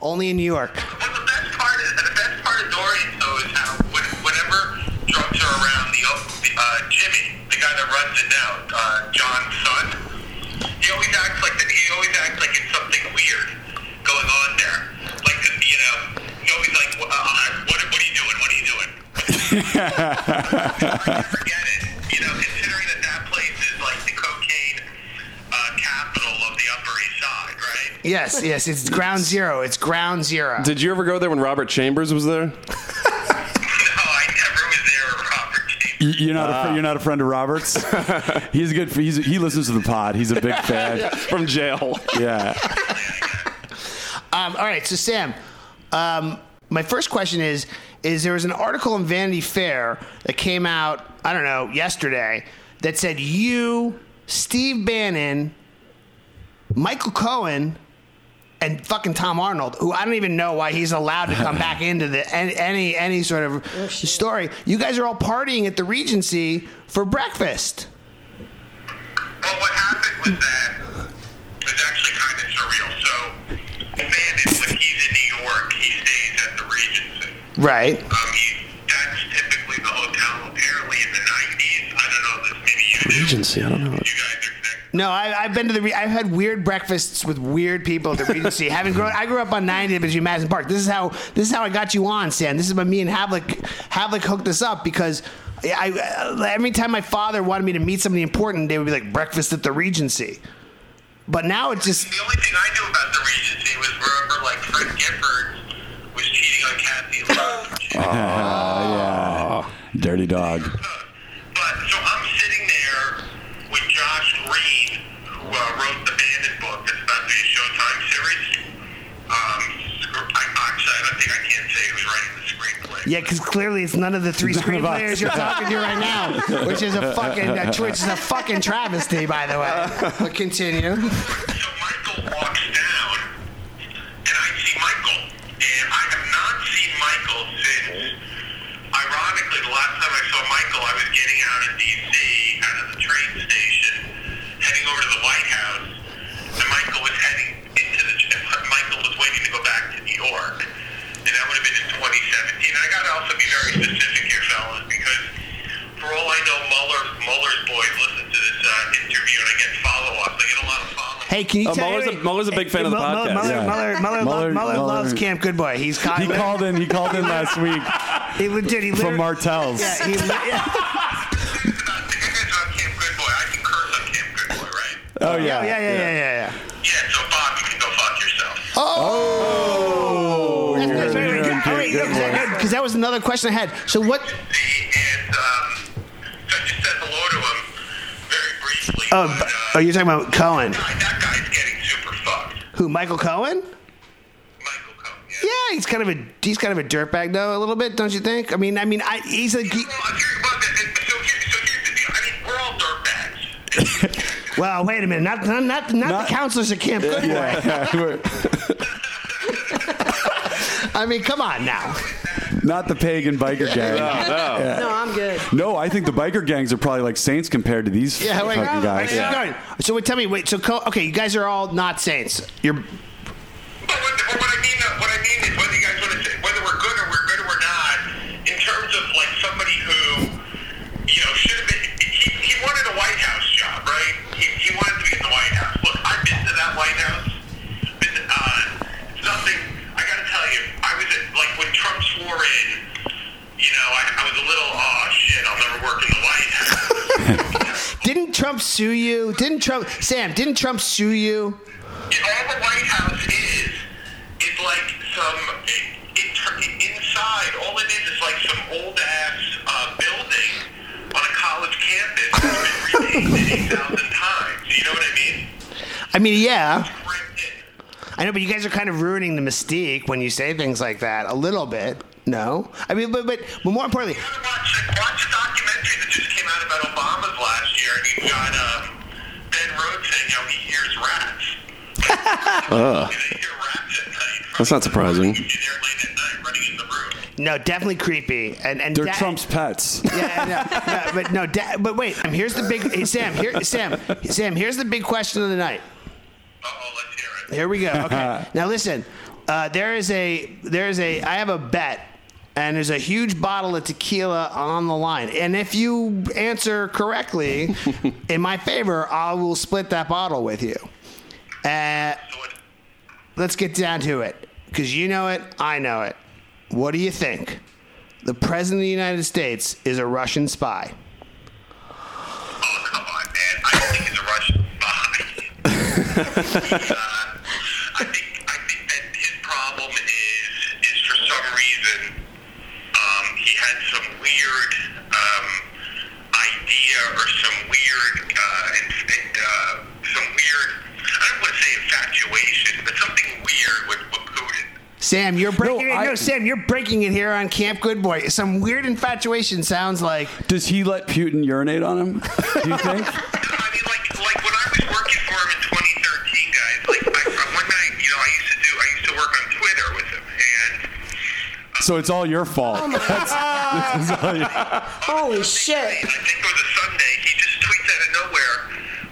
Speaker 3: Only in New York.
Speaker 6: Well, the best part is the best part of Dory, though, is how when- whenever drugs are around, the uh, Jimmy, the guy that runs it now, uh, John's son, he always acts like that. He always acts like it's something weird going on there. Like you know, he's always like, "Wha- uh, what, what are you doing? What are you doing? forget it. You know, considering that that place is like the cocaine uh, capital of the Upper East Side, right?
Speaker 3: Yes, yes, it's ground zero. It's ground zero.
Speaker 1: Did you ever go there when Robert Chambers was there?
Speaker 6: No, I never was there with Robert James.
Speaker 2: Y- You're not a fr- you're not a friend of Roberts. he's good. For, he's, he listens to the pod. He's a big fan.
Speaker 1: From jail.
Speaker 2: yeah.
Speaker 3: Um, all right, so Sam, um, my first question is: is there was an article in Vanity Fair that came out, I don't know, yesterday that said you, Steve Bannon, Michael Cohen, and fucking Tom Arnold, who I don't even know why he's allowed to come back into the any any, any sort of story. You guys are all partying at the Regency for breakfast.
Speaker 6: Well, what happened was that it was actually kind of surreal. So, Bandit, when he's in New York, he stays at the Regency.
Speaker 3: Right.
Speaker 6: Um, he, that's typically the hotel. Apparently, in the 90s, I don't know this, maybe you do.
Speaker 1: Agency. I don't know.
Speaker 6: You guys are connected.
Speaker 3: No, I, I've been to the. Re- I've had weird breakfasts with weird people at the Regency. Having grown, I grew up on 90th between Madison Park. This is how. This is how I got you on, Sam. This is when me and Havlick, Havlick hooked us up because. I, I every time my father wanted me to meet somebody important, they would be like breakfast at the Regency. But now it's just
Speaker 6: The only thing I knew about the Regency was remember, like, Fred Gifford was cheating on Kathy Love.
Speaker 3: Oh.
Speaker 2: Dirty dog.
Speaker 6: But so I'm sitting there with Josh Green, who uh, wrote the Bandit book that's about the Showtime series. Um, script- I, actually, I don't think I can say who's writing the screenplay.
Speaker 3: yeah, because clearly it's none of the three screen
Speaker 2: us.
Speaker 3: players you're talking to right now, which is a fucking uh, which is a fucking travesty, by the way. But continue.
Speaker 6: So Michael walks down, and I see Michael, and I have not seen Michael since. Ironically, the last time I saw Michael, I was getting out of D.C. out of the train station, heading over to the White House, and Michael was heading into the. Michael was waiting to go back to New York, and that would have been in 2017. And I got to also be very specific here, fellas, because. For all I know, Mueller, Mueller's boys listen to this uh, interview and I get follow up
Speaker 3: Hey, can you
Speaker 1: Uh,
Speaker 3: tell
Speaker 1: Muller's a-
Speaker 3: hey,
Speaker 1: Muller's a big fan of the
Speaker 3: Muller-
Speaker 1: podcast.
Speaker 3: Muller,
Speaker 2: Yeah.
Speaker 3: Muller, Muller,
Speaker 2: Muller-
Speaker 3: lo- Muller
Speaker 2: Muller-
Speaker 3: loves Camp Good Boy. He's caught.
Speaker 2: He called in. He called in last week
Speaker 3: He, li- dude, he
Speaker 2: from
Speaker 3: literally-
Speaker 2: Martell's.
Speaker 3: Yeah, he, li-
Speaker 6: It's about, if you guys about Camp Good Boy, I can curse on Camp Good Boy, right?
Speaker 2: Oh
Speaker 3: yeah, yeah, yeah, yeah, yeah.
Speaker 6: Yeah, so Bob, you can go fuck yourself.
Speaker 2: Oh,
Speaker 3: That's- that's
Speaker 2: you're- you're in
Speaker 3: right, right. Yeah, all right,
Speaker 2: good- good
Speaker 3: yeah,
Speaker 2: boy.
Speaker 3: 'cause that- Because that was another question I had. So what?
Speaker 6: And um, so I just said hello to him very briefly.
Speaker 3: Oh,
Speaker 6: but,
Speaker 3: b-
Speaker 6: uh,
Speaker 3: oh, you're talking about Cohen?
Speaker 6: God, that guy's getting super fucked.
Speaker 3: Who? Michael Cohen?
Speaker 6: Michael Cohen.
Speaker 3: Yeah, he's kind of a he's kind of a dirtbag though, a little bit, don't you think? I mean, I mean, I, he's a
Speaker 6: Well, here- well, th- th- so here- so here's the deal. I mean, we're all dirtbags.
Speaker 3: well, wait a minute, not not not, not,
Speaker 2: Not-
Speaker 3: the counselors at Camp Good Boy.
Speaker 2: Yeah, we're-
Speaker 3: I mean, come on now.
Speaker 2: not the pagan biker gang.
Speaker 1: no.
Speaker 4: No, I'm good.
Speaker 2: No, I think the biker gangs are probably like saints compared to these
Speaker 3: Yeah, wait,
Speaker 2: fucking guys.
Speaker 3: wait, Cohen. So wait, tell me, wait, so Co- okay, you guys are all not saints. You're
Speaker 6: But what, but what I mean, uh, what I mean is whether you guys want to say whether we're good or we're good or we're not, in terms of like somebody who, you know, should have been. He, he wanted a White House job, right? He, he wanted to be in the White House. Look, I've been to that White House. Been to, uh, something. I got to tell you, I was at, like when Trump swore in. You know, I, I was a little, oh shit, I'll never work in the White House.
Speaker 3: didn't Trump sue you? Didn't Trump Sam? Didn't Trump sue you?
Speaker 6: And all the White House is is like some in, in, inside. All it is is like some old ass uh, building on a college campus that's been repainted eight thousand times. You know what I mean?
Speaker 3: I mean, yeah,
Speaker 6: Ripped in.
Speaker 3: I know, but you guys are kind of ruining the mystique when you say things like that a little bit. No, I mean, but but, but more importantly,
Speaker 6: You gotta Watch the, watch the documentary that just came out about Obama's last year, and you've got um, Ben Rhodes saying how he hears rats. uh. They hear rats at night.
Speaker 1: That's not surprising.
Speaker 6: They're late at night running in the room.
Speaker 3: no, definitely creepy. And and
Speaker 2: They're
Speaker 3: that-
Speaker 2: Trump's pets.
Speaker 3: yeah, I know. No, but no, da- but wait. um, Here's the big hey, Sam. Here, Sam, Sam. Here's the big question of the night.
Speaker 6: Uh-oh, let's hear it.
Speaker 3: Here we go. Okay. now listen. Uh, there is a there is a I have a bet, and there's a huge bottle of tequila on the line. And if you answer correctly, in my favor, I will split that bottle with you. Uh,
Speaker 6: So what?
Speaker 3: let's get down to it because you know it, I know it. What do you think? The president of the United States is a Russian spy.
Speaker 6: Oh, come on, man. I don't think he's a Russian spy. uh, I think I think that his problem is is for some reason um, he had some weird um, idea or some weird uh, in- in- uh, some weird I don't want to say infatuation, but something weird with, with Putin.
Speaker 3: Sam, you're breaking
Speaker 2: No,
Speaker 3: it.
Speaker 2: I-
Speaker 3: no, Sam, you're breaking it here on Camp Good Boy. Some weird infatuation sounds like
Speaker 2: Does he let Putin urinate on him? Do you think?
Speaker 6: I mean, like, like when I was working for him in 2013, guys. Like, I, one night, you know, I used to do, I used to work on Twitter with him, and
Speaker 2: So it's all your
Speaker 3: Oh
Speaker 2: fault. That's- this is all your-
Speaker 4: Holy shit.
Speaker 6: I think it was a Sunday, he just tweets out of nowhere,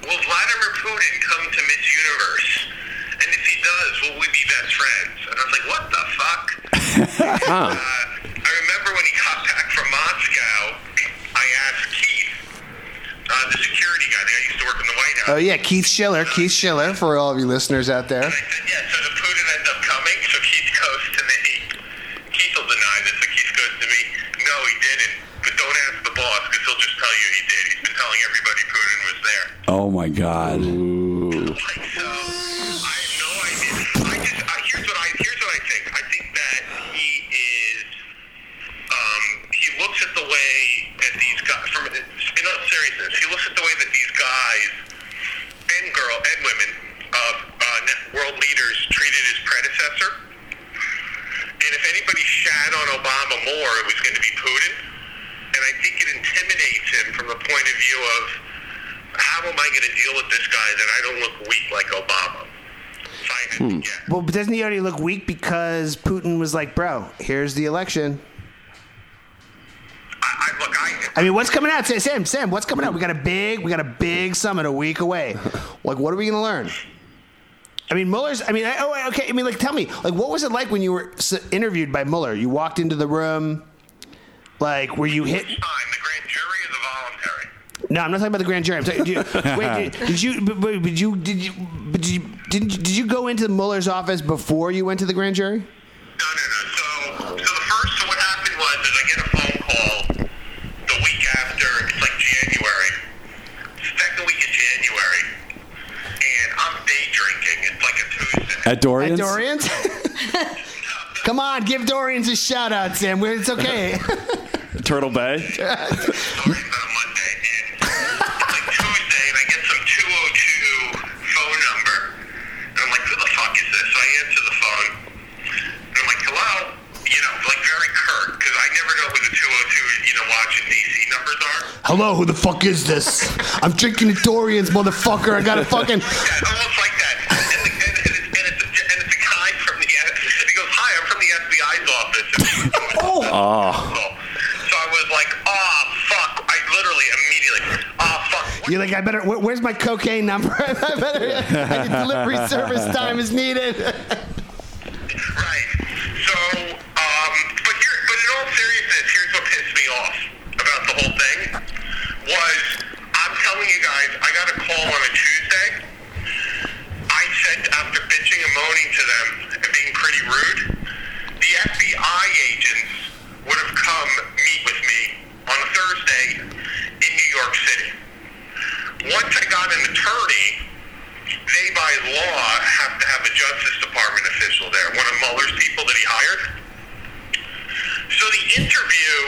Speaker 6: Will Vladimir Putin come to Miss Universe? And if he does, will we be best friends? And I was like, what the fuck? uh, I remember when he got back from Moscow, I asked Keith, uh, the security guy that I used to work in the White House.
Speaker 3: Oh yeah, Keith Schiller. Keith Schiller for all of you listeners out there.
Speaker 6: I said, yeah, so the Putin ends up coming, so Keith goes to me. Keith will deny this, but Keith goes to me, no, he didn't. But don't ask the boss, because he'll just tell you he did. He's been telling everybody Putin was there.
Speaker 2: Oh my God.
Speaker 6: Like, so, I have no idea. I just, I, here's what I, here's what I think. I think that he is, um, he looks at the way that these guys, from, in all seriousness, he looks at the way that these guys and girl and women of uh, net- world leaders treated his predecessor. And if anybody shat on Obama more, it was going to be Putin. And I think it intimidates him from the point of view of how am I going to deal with this guy that I don't look weak like Obama? If I had to guess.
Speaker 3: Well, but doesn't he already look weak because Putin was like, "Bro, here's the election."
Speaker 6: I, I, look, I,
Speaker 3: I mean, what's coming out? Sam, Sam, Sam, what's coming out? We got a big, we got a big summit a week away. Like, what are we going to learn? I mean, Mueller's. I mean, I, oh, okay. I mean, like, tell me, like, what was it like when you were s- interviewed by Mueller? You walked into the room, like, were you hit?
Speaker 6: time. The grand jury is a voluntary.
Speaker 3: No, I'm not talking about the grand jury. I'm talking. Do you, wait, did, did you? But, but, but you? Did you? But did you? Didn't you, did you go into Mueller's office before you went to the grand jury?
Speaker 6: No, no, no. So, so the first, so what happened was, is I get a phone call the week after. It's like January, second week of January, and I'm day drinking. It's like a Tuesday.
Speaker 2: At Dorian's?
Speaker 3: At Dorian's? Come on, give Dorian's a shout out, Sam. We're- It's okay.
Speaker 1: Turtle Bay.
Speaker 6: Sorry, it's on a Monday, and it's like Tuesday, and I get some 202 phone number, and I'm like, who the fuck is this? So I answer the phone, and I'm like, hello? You know, like very curt, because I never know who the 202, you know, watching DC numbers are.
Speaker 3: Hello, who the fuck is this? I'm drinking at Dorian's, motherfucker. I got a fucking.
Speaker 6: Yeah, almost like that. And, the, and, and, it's, and, it's, a, and it's a guy from the, he goes, hi, I'm from the FBI's office. oh.
Speaker 1: Ah.
Speaker 6: So I was like, oh, fuck. I literally immediately, oh, fuck. What
Speaker 3: You're like, I better. Where, where's my cocaine number? I better. I need delivery service time is needed.
Speaker 6: Right. So, um, but here, but in all seriousness, here's what pissed me off about the whole thing was I'm telling you guys, I got a call on a Tuesday. I sent after bitching and moaning to them and being pretty rude, the FBI agents would have come meet with me on a Thursday in New York City. Once I got an attorney, they by law have to have a Justice Department official there, one of Mueller's people that he hired. So the interview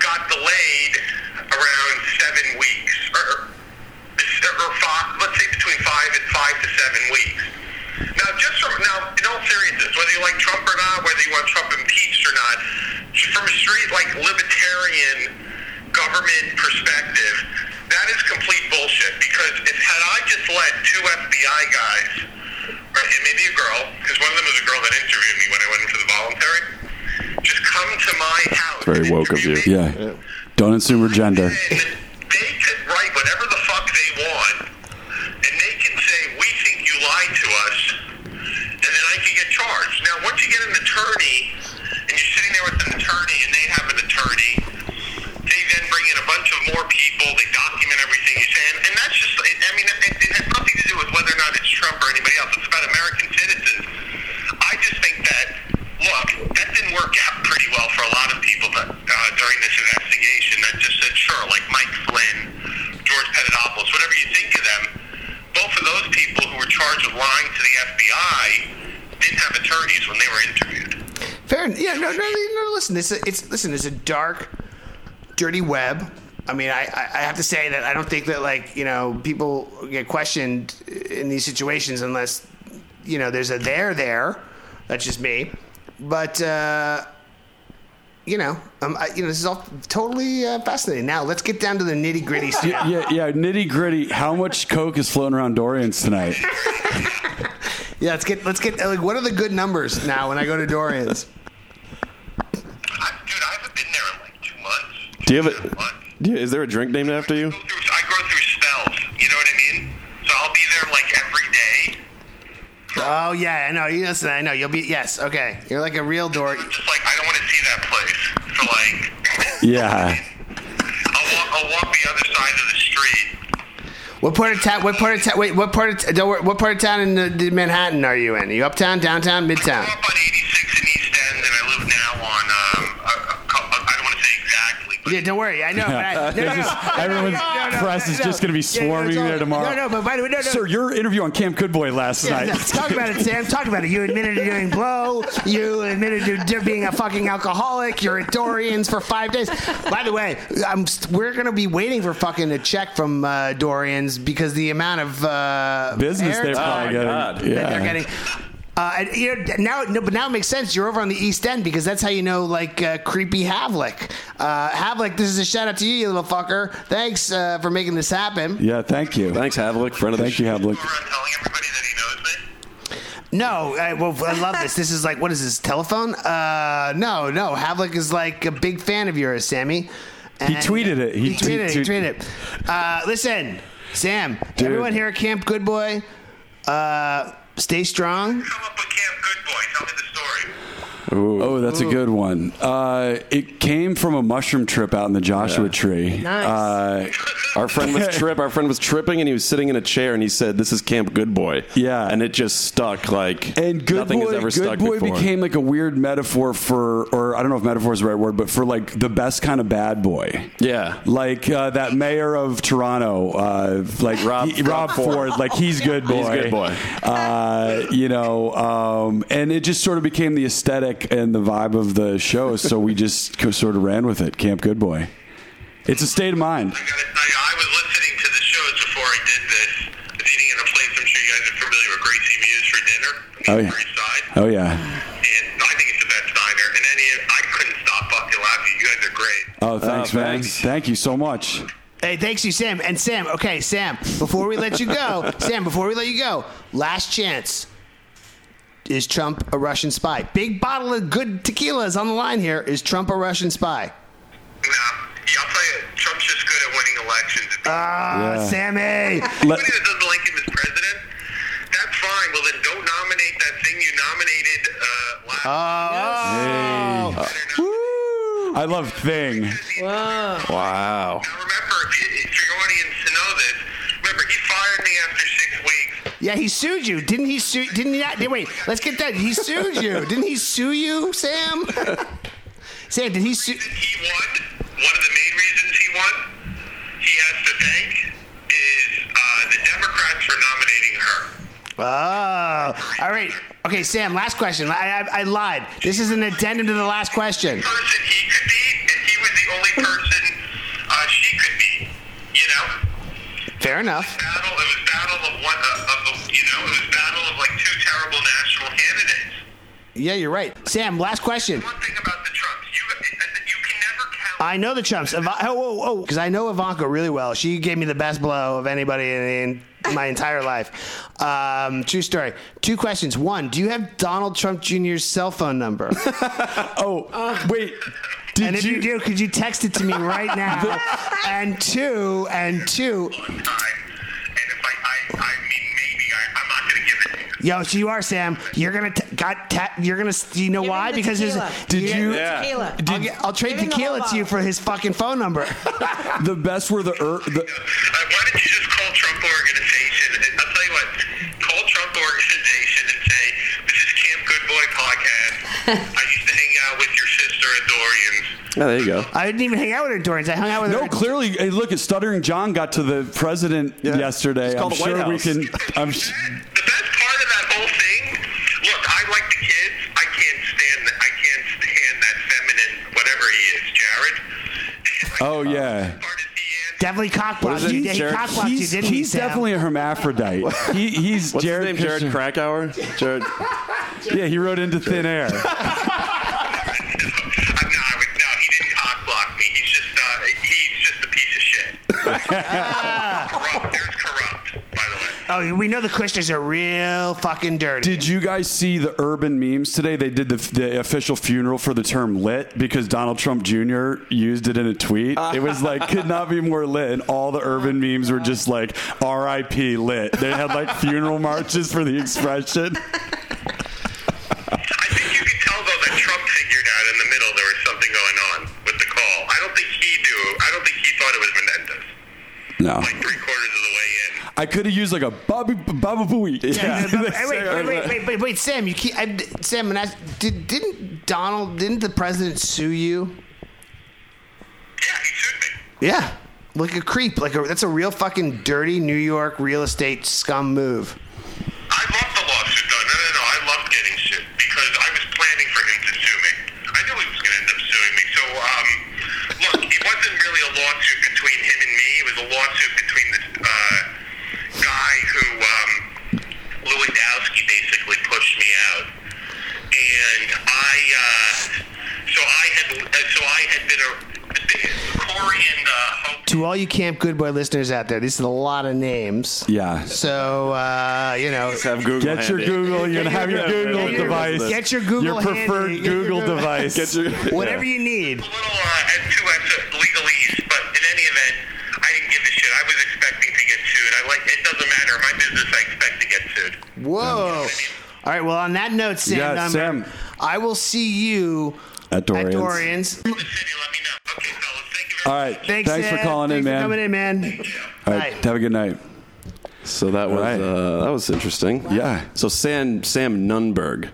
Speaker 6: got delayed around seven weeks, or, or five, let's say between five and five to seven weeks. Now, just from now, in all seriousness, whether you like Trump or not, whether you want Trump impeached or not, just from a straight like libertarian government perspective, that is complete bullshit. Because if had I just let two FBI guys, or and maybe a girl, because one of them was a girl that interviewed me when I went into the voluntary, just come to my house.
Speaker 1: Very
Speaker 6: and
Speaker 1: woke of
Speaker 6: interview
Speaker 1: you.
Speaker 6: me,
Speaker 2: Yeah. Don't assume her gender.
Speaker 6: then they could write whatever the fuck they want, and they can say we think you lied to us, and then I can get charged. Now, once you get an attorney, and you're sitting there with an attorney, and they have an attorney, they then bring in a bunch of more people. They document everything you say, and, and that's just. I mean, it, it has nothing to do with whether or not it's Trump or anybody else. It's about American citizens. I just think that look, that didn't work out pretty well for a lot of people that, uh, during this investigation that just said, sure, like Mike Flynn, George Petitopoulos, whatever you think of them, both of those people who were charged with lying to the FBI didn't have attorneys when they were interviewed.
Speaker 3: Fair. Yeah. No. No. No. Listen. This. It's. Listen. It's a dark, dirty web. I mean, I, I I have to say that I don't think that like you know people get questioned in these situations unless you know there's a there there. That's just me. But uh, you know, um, I, you know, this is all totally uh, fascinating. Now let's get down to the nitty gritty stuff.
Speaker 2: Yeah, yeah, nitty gritty. How much coke is floating around Dorian's tonight?
Speaker 3: Yeah. Let's get. Let's get. uh, Like, what are the good numbers now when I go to Dorian's?
Speaker 6: I, dude, I haven't been there in like two months.
Speaker 1: Do you have
Speaker 6: Two months.
Speaker 1: a? Do you, is there a drink named after you?
Speaker 6: go through, I go through spells. You know what I mean? So I'll be there like every day.
Speaker 3: Oh yeah, I know. You listen, I know. You'll be yes. Okay, you're like a real dork.
Speaker 6: I'm just like, I don't want to see that place. So like,
Speaker 2: Yeah.
Speaker 6: I'll walk, I'll walk the other side of the street.
Speaker 3: What part of town? What part of town? Wait, what part of t- don't worry, what part of town in uh, d- Manhattan are you in? Are you uptown, downtown, midtown?
Speaker 6: I grew up on 86 in East End, and I live now on. Um, a, a, cou- I don't want to say exactly, but
Speaker 3: Yeah, don't worry. I know. but I, no, no,
Speaker 2: It's
Speaker 3: no,
Speaker 2: just- everyone's press is just gonna be
Speaker 3: Yeah, no, it's
Speaker 2: swarming
Speaker 3: all-
Speaker 2: there tomorrow.
Speaker 3: No, no, but by the way, no, no.
Speaker 2: Sir, your interview on Camp Good Boy last
Speaker 3: Yeah,
Speaker 2: night.
Speaker 3: no, talk about it, Sam. Talk about it. You admitted to doing blow. You admitted to d- being a fucking alcoholic. You're at Dorian's for five days. By the way, I'm st- we're gonna be waiting for fucking a check from uh, Dorian's because the amount of uh,
Speaker 2: Business they're
Speaker 3: airtime-
Speaker 2: probably getting.
Speaker 1: Oh, God.
Speaker 2: Yeah.
Speaker 3: that they're getting. Uh, and, you know, now, no, but now it makes sense. You're over on the East End because that's how you know, like uh, creepy Havlick. Uh, Havlick, this is a shout out to you, you little fucker. Thanks uh, for making this happen.
Speaker 2: Yeah, thank you.
Speaker 1: Thanks, Havlick, friend of the
Speaker 2: Thank you,
Speaker 1: sh-
Speaker 2: Havlik.
Speaker 6: go around telling everybody that he knows me.
Speaker 3: No, I, well, I love this. This is like, what is this telephone? Uh, no, no, Havlick is like a big fan of yours, Sammy. And-
Speaker 2: tweeted it.
Speaker 3: He,
Speaker 2: He
Speaker 3: tweeted it. He
Speaker 2: tweet-
Speaker 3: tweeted it. Uh, listen, Sam,
Speaker 2: Dude.
Speaker 3: everyone here at Camp Good Boy, uh, stay strong.
Speaker 6: Come up with Camp Good Boy. Tell me the story.
Speaker 2: Oh, that's a good one. Uh, it came from a mushroom trip out in the Joshua Tree.
Speaker 4: Nice.
Speaker 2: Uh,
Speaker 1: Our friend was trip. Our friend was tripping, and he was sitting in a chair, and he said, "This is Camp Good Boy."
Speaker 2: Yeah.
Speaker 1: and it just stuck. Like
Speaker 2: and good
Speaker 1: nothing
Speaker 2: boy,
Speaker 1: has ever
Speaker 2: good
Speaker 1: stuck
Speaker 2: boy
Speaker 1: before.
Speaker 2: became like a weird metaphor for, or I don't know if metaphor is the right word, but for like the best kind of bad boy.
Speaker 1: yeah,
Speaker 2: Like uh, that mayor of Toronto, uh, like
Speaker 1: Rob-
Speaker 2: he- Rob Ford, like he's good boy.
Speaker 1: He's good boy.
Speaker 2: Uh, you know, um, and it just sort of became the aesthetic and the vibe of the show. So we just co- sort of ran with it. Camp Good Boy. It's a state of mind.
Speaker 6: I gotta tell you, I was listening to the shows before I did this. I was eating at a place I'm sure you guys are familiar with, Gracie Muse for dinner.
Speaker 2: Oh, yeah.
Speaker 6: East Side.
Speaker 2: Oh yeah.
Speaker 6: And I think it's the best diner. And then he- I couldn't stop fucking laughing. You guys are great.
Speaker 2: Oh, thanks, man.
Speaker 1: thanks.
Speaker 2: Thank you so much.
Speaker 3: Hey, thanks you, Sam. And Sam, okay, Sam, before we let you go, Sam, before we let you go, last chance. Is Trump a Russian spy? Big bottle of good tequila is on the line here. Is Trump a Russian spy?
Speaker 6: Nah, yeah, I'll tell you, Trump's just good at winning elections. If
Speaker 3: Ah,
Speaker 2: Yeah.
Speaker 3: Sammy.
Speaker 2: Let-
Speaker 6: Anybody that doesn't like him as president, that's fine. Well, then don't nominate that thing you nominated uh, last
Speaker 3: Ah. Oh.
Speaker 2: I love thing.
Speaker 4: Whoa.
Speaker 1: wow.
Speaker 6: Now remember, if, you, if your audience to know this, remember he fired me after six weeks.
Speaker 3: Yeah, he sued you. Didn't he sue? Didn't he not? Wait, let's get that. He sued you. Didn't he sue you, Sam? Sam, did he sue?
Speaker 6: He won. One of the main reasons he won, he has to thank, is uh, the Democrats for nominating her.
Speaker 3: Oh, all right. Okay, Sam. Last question. I, I, I lied. This is an addendum to the last question.
Speaker 6: Person he could be, and he was the only person uh, she could be. You know,
Speaker 3: Fair enough.
Speaker 6: battle. It was battle of one uh, of the. You know, it was battle of like two terrible national candidates.
Speaker 3: Yeah, you're right. Sam. Last question.
Speaker 6: One thing about the Trumps, you uh, you can never count.
Speaker 3: I know the Trumps. Iva- oh, oh, oh, because I know Ivanka really well. She gave me the best blow of anybody in, in my entire life. Um, true story. Two questions. One, do you have Donald Trump Jr.'s cell phone number?
Speaker 2: Oh, wait. Did
Speaker 3: and if you,
Speaker 2: you
Speaker 3: do, could you text it to me right now? and two, and two.
Speaker 6: long time. And if I, I, I mean, maybe I, I'm not going to give it to you.
Speaker 3: Yo, so you are Sam. You're gonna t- got ta- you're gonna. s- You know
Speaker 4: Give him
Speaker 3: why?
Speaker 4: the
Speaker 3: Because his.
Speaker 4: tequila.
Speaker 2: Did
Speaker 3: you-
Speaker 2: you-
Speaker 1: Yeah.
Speaker 4: Tequila.
Speaker 3: I'll, get- I'll trade
Speaker 4: Give him the
Speaker 3: tequila
Speaker 4: whole
Speaker 3: to you
Speaker 4: bottle.
Speaker 3: for his fucking phone number.
Speaker 2: the best were the, er, the
Speaker 6: Uh, why don't you just call Trump Organization? And I'll tell you what, call Trump Organization and say, this is Camp Good Boy Podcast. I used to hang out with your sister at Dorian's.
Speaker 1: Yeah, there you go.
Speaker 3: I didn't even hang out with her, Dorans. I hung out with her.
Speaker 2: No, clearly, hey, look at Stuttering John got to the president
Speaker 1: Yeah.
Speaker 2: yesterday.
Speaker 1: Just call
Speaker 2: I'm
Speaker 1: the White
Speaker 2: sure we
Speaker 1: House.
Speaker 2: can. I'm,
Speaker 6: That- the best part of that whole thing, look, I like the kids. I can't stand, I can't stand that feminine, whatever he is, Jared.
Speaker 2: oh yeah,
Speaker 6: Part is he is.
Speaker 3: Definitely cockblocked
Speaker 1: it?
Speaker 3: you. Yeah, he
Speaker 1: Jared-
Speaker 3: cockblocked you,
Speaker 2: he's,
Speaker 3: didn't he?
Speaker 2: he's
Speaker 3: Sam?
Speaker 2: definitely a hermaphrodite. He, he's
Speaker 1: What's
Speaker 2: Jared.
Speaker 1: his name? Jared
Speaker 2: Kushner.
Speaker 1: Krakauer. Jared.
Speaker 2: Yeah, he rode into thin air.
Speaker 6: Uh, no, I would, no, he didn't cock block me. He's just, uh, he's just a piece of shit. corrupt. There's corrupt, by the way.
Speaker 3: Oh, we know the Kushners are real fucking dirty.
Speaker 2: Did you guys see the urban memes today? They did the, the official funeral for the term "lit" because Donald Trump Jr. used it in a tweet. It was like could not be more lit, and all the urban memes were just like "R.I.P. lit." They had like funeral marches for the expression.
Speaker 6: I think you could tell though that Trump figured out in the middle there was something going on with the call. I don't think he knew. I don't think he thought it was Menendez.
Speaker 2: No,
Speaker 6: Like three quarters of the way in.
Speaker 2: I could have used like a Bobby Baba Booey.
Speaker 3: Yeah, but- hey,
Speaker 2: They
Speaker 3: wait, wait,
Speaker 2: say-
Speaker 3: wait, wait, wait, wait, Sam, you keep I, Sam and I did, didn't Donald didn't the president sue you?
Speaker 6: Yeah, he sued me.
Speaker 3: Yeah, like a creep. Like a, that's a real fucking dirty New York real estate scum move.
Speaker 6: I love the lawsuit though. No, no, no. I loved getting sued because I was planning for him to sue me. I knew he was going to end up suing me. So, um, look, it wasn't really a lawsuit between him and me. It was a lawsuit between this uh, guy who um, Lewandowski basically pushed me out, and I. Uh, so I had. So I had been a. Corey and uh, Hope
Speaker 3: To all you Camp Good Boy listeners out there, this is a lot of names.
Speaker 2: Yeah.
Speaker 3: So uh, you know,
Speaker 1: Have Google.
Speaker 2: Get your
Speaker 1: handy.
Speaker 2: Google. You're gonna have your Google
Speaker 1: Get your-
Speaker 2: device.
Speaker 3: get your Google
Speaker 2: Your preferred
Speaker 3: handy. Get your
Speaker 2: Google
Speaker 3: Google-
Speaker 2: device.
Speaker 1: Get your.
Speaker 3: whatever you need.
Speaker 6: a little uh, at two at legalese, but in any event, I didn't give a shit. I was expecting to get sued. I like it doesn't matter. My business, I expect to get sued.
Speaker 3: Whoa. All right. Well, on that note, Sam.
Speaker 2: Yeah,
Speaker 3: I'm,
Speaker 2: Sam.
Speaker 3: I will see you
Speaker 2: At Dorian's.
Speaker 3: At Dorian's.
Speaker 6: City, let me know. Okay, fellas, thank you very
Speaker 2: All right.
Speaker 3: Thanks,
Speaker 2: Thanks for
Speaker 3: Ed.
Speaker 2: calling in,
Speaker 3: Thanks
Speaker 2: man.
Speaker 3: For coming in, man.
Speaker 2: All
Speaker 3: Bye.
Speaker 2: right. Have a good night.
Speaker 1: So that was
Speaker 2: Right.
Speaker 1: uh, that was interesting.
Speaker 2: Yeah.
Speaker 1: So Sam Sam Nunberg,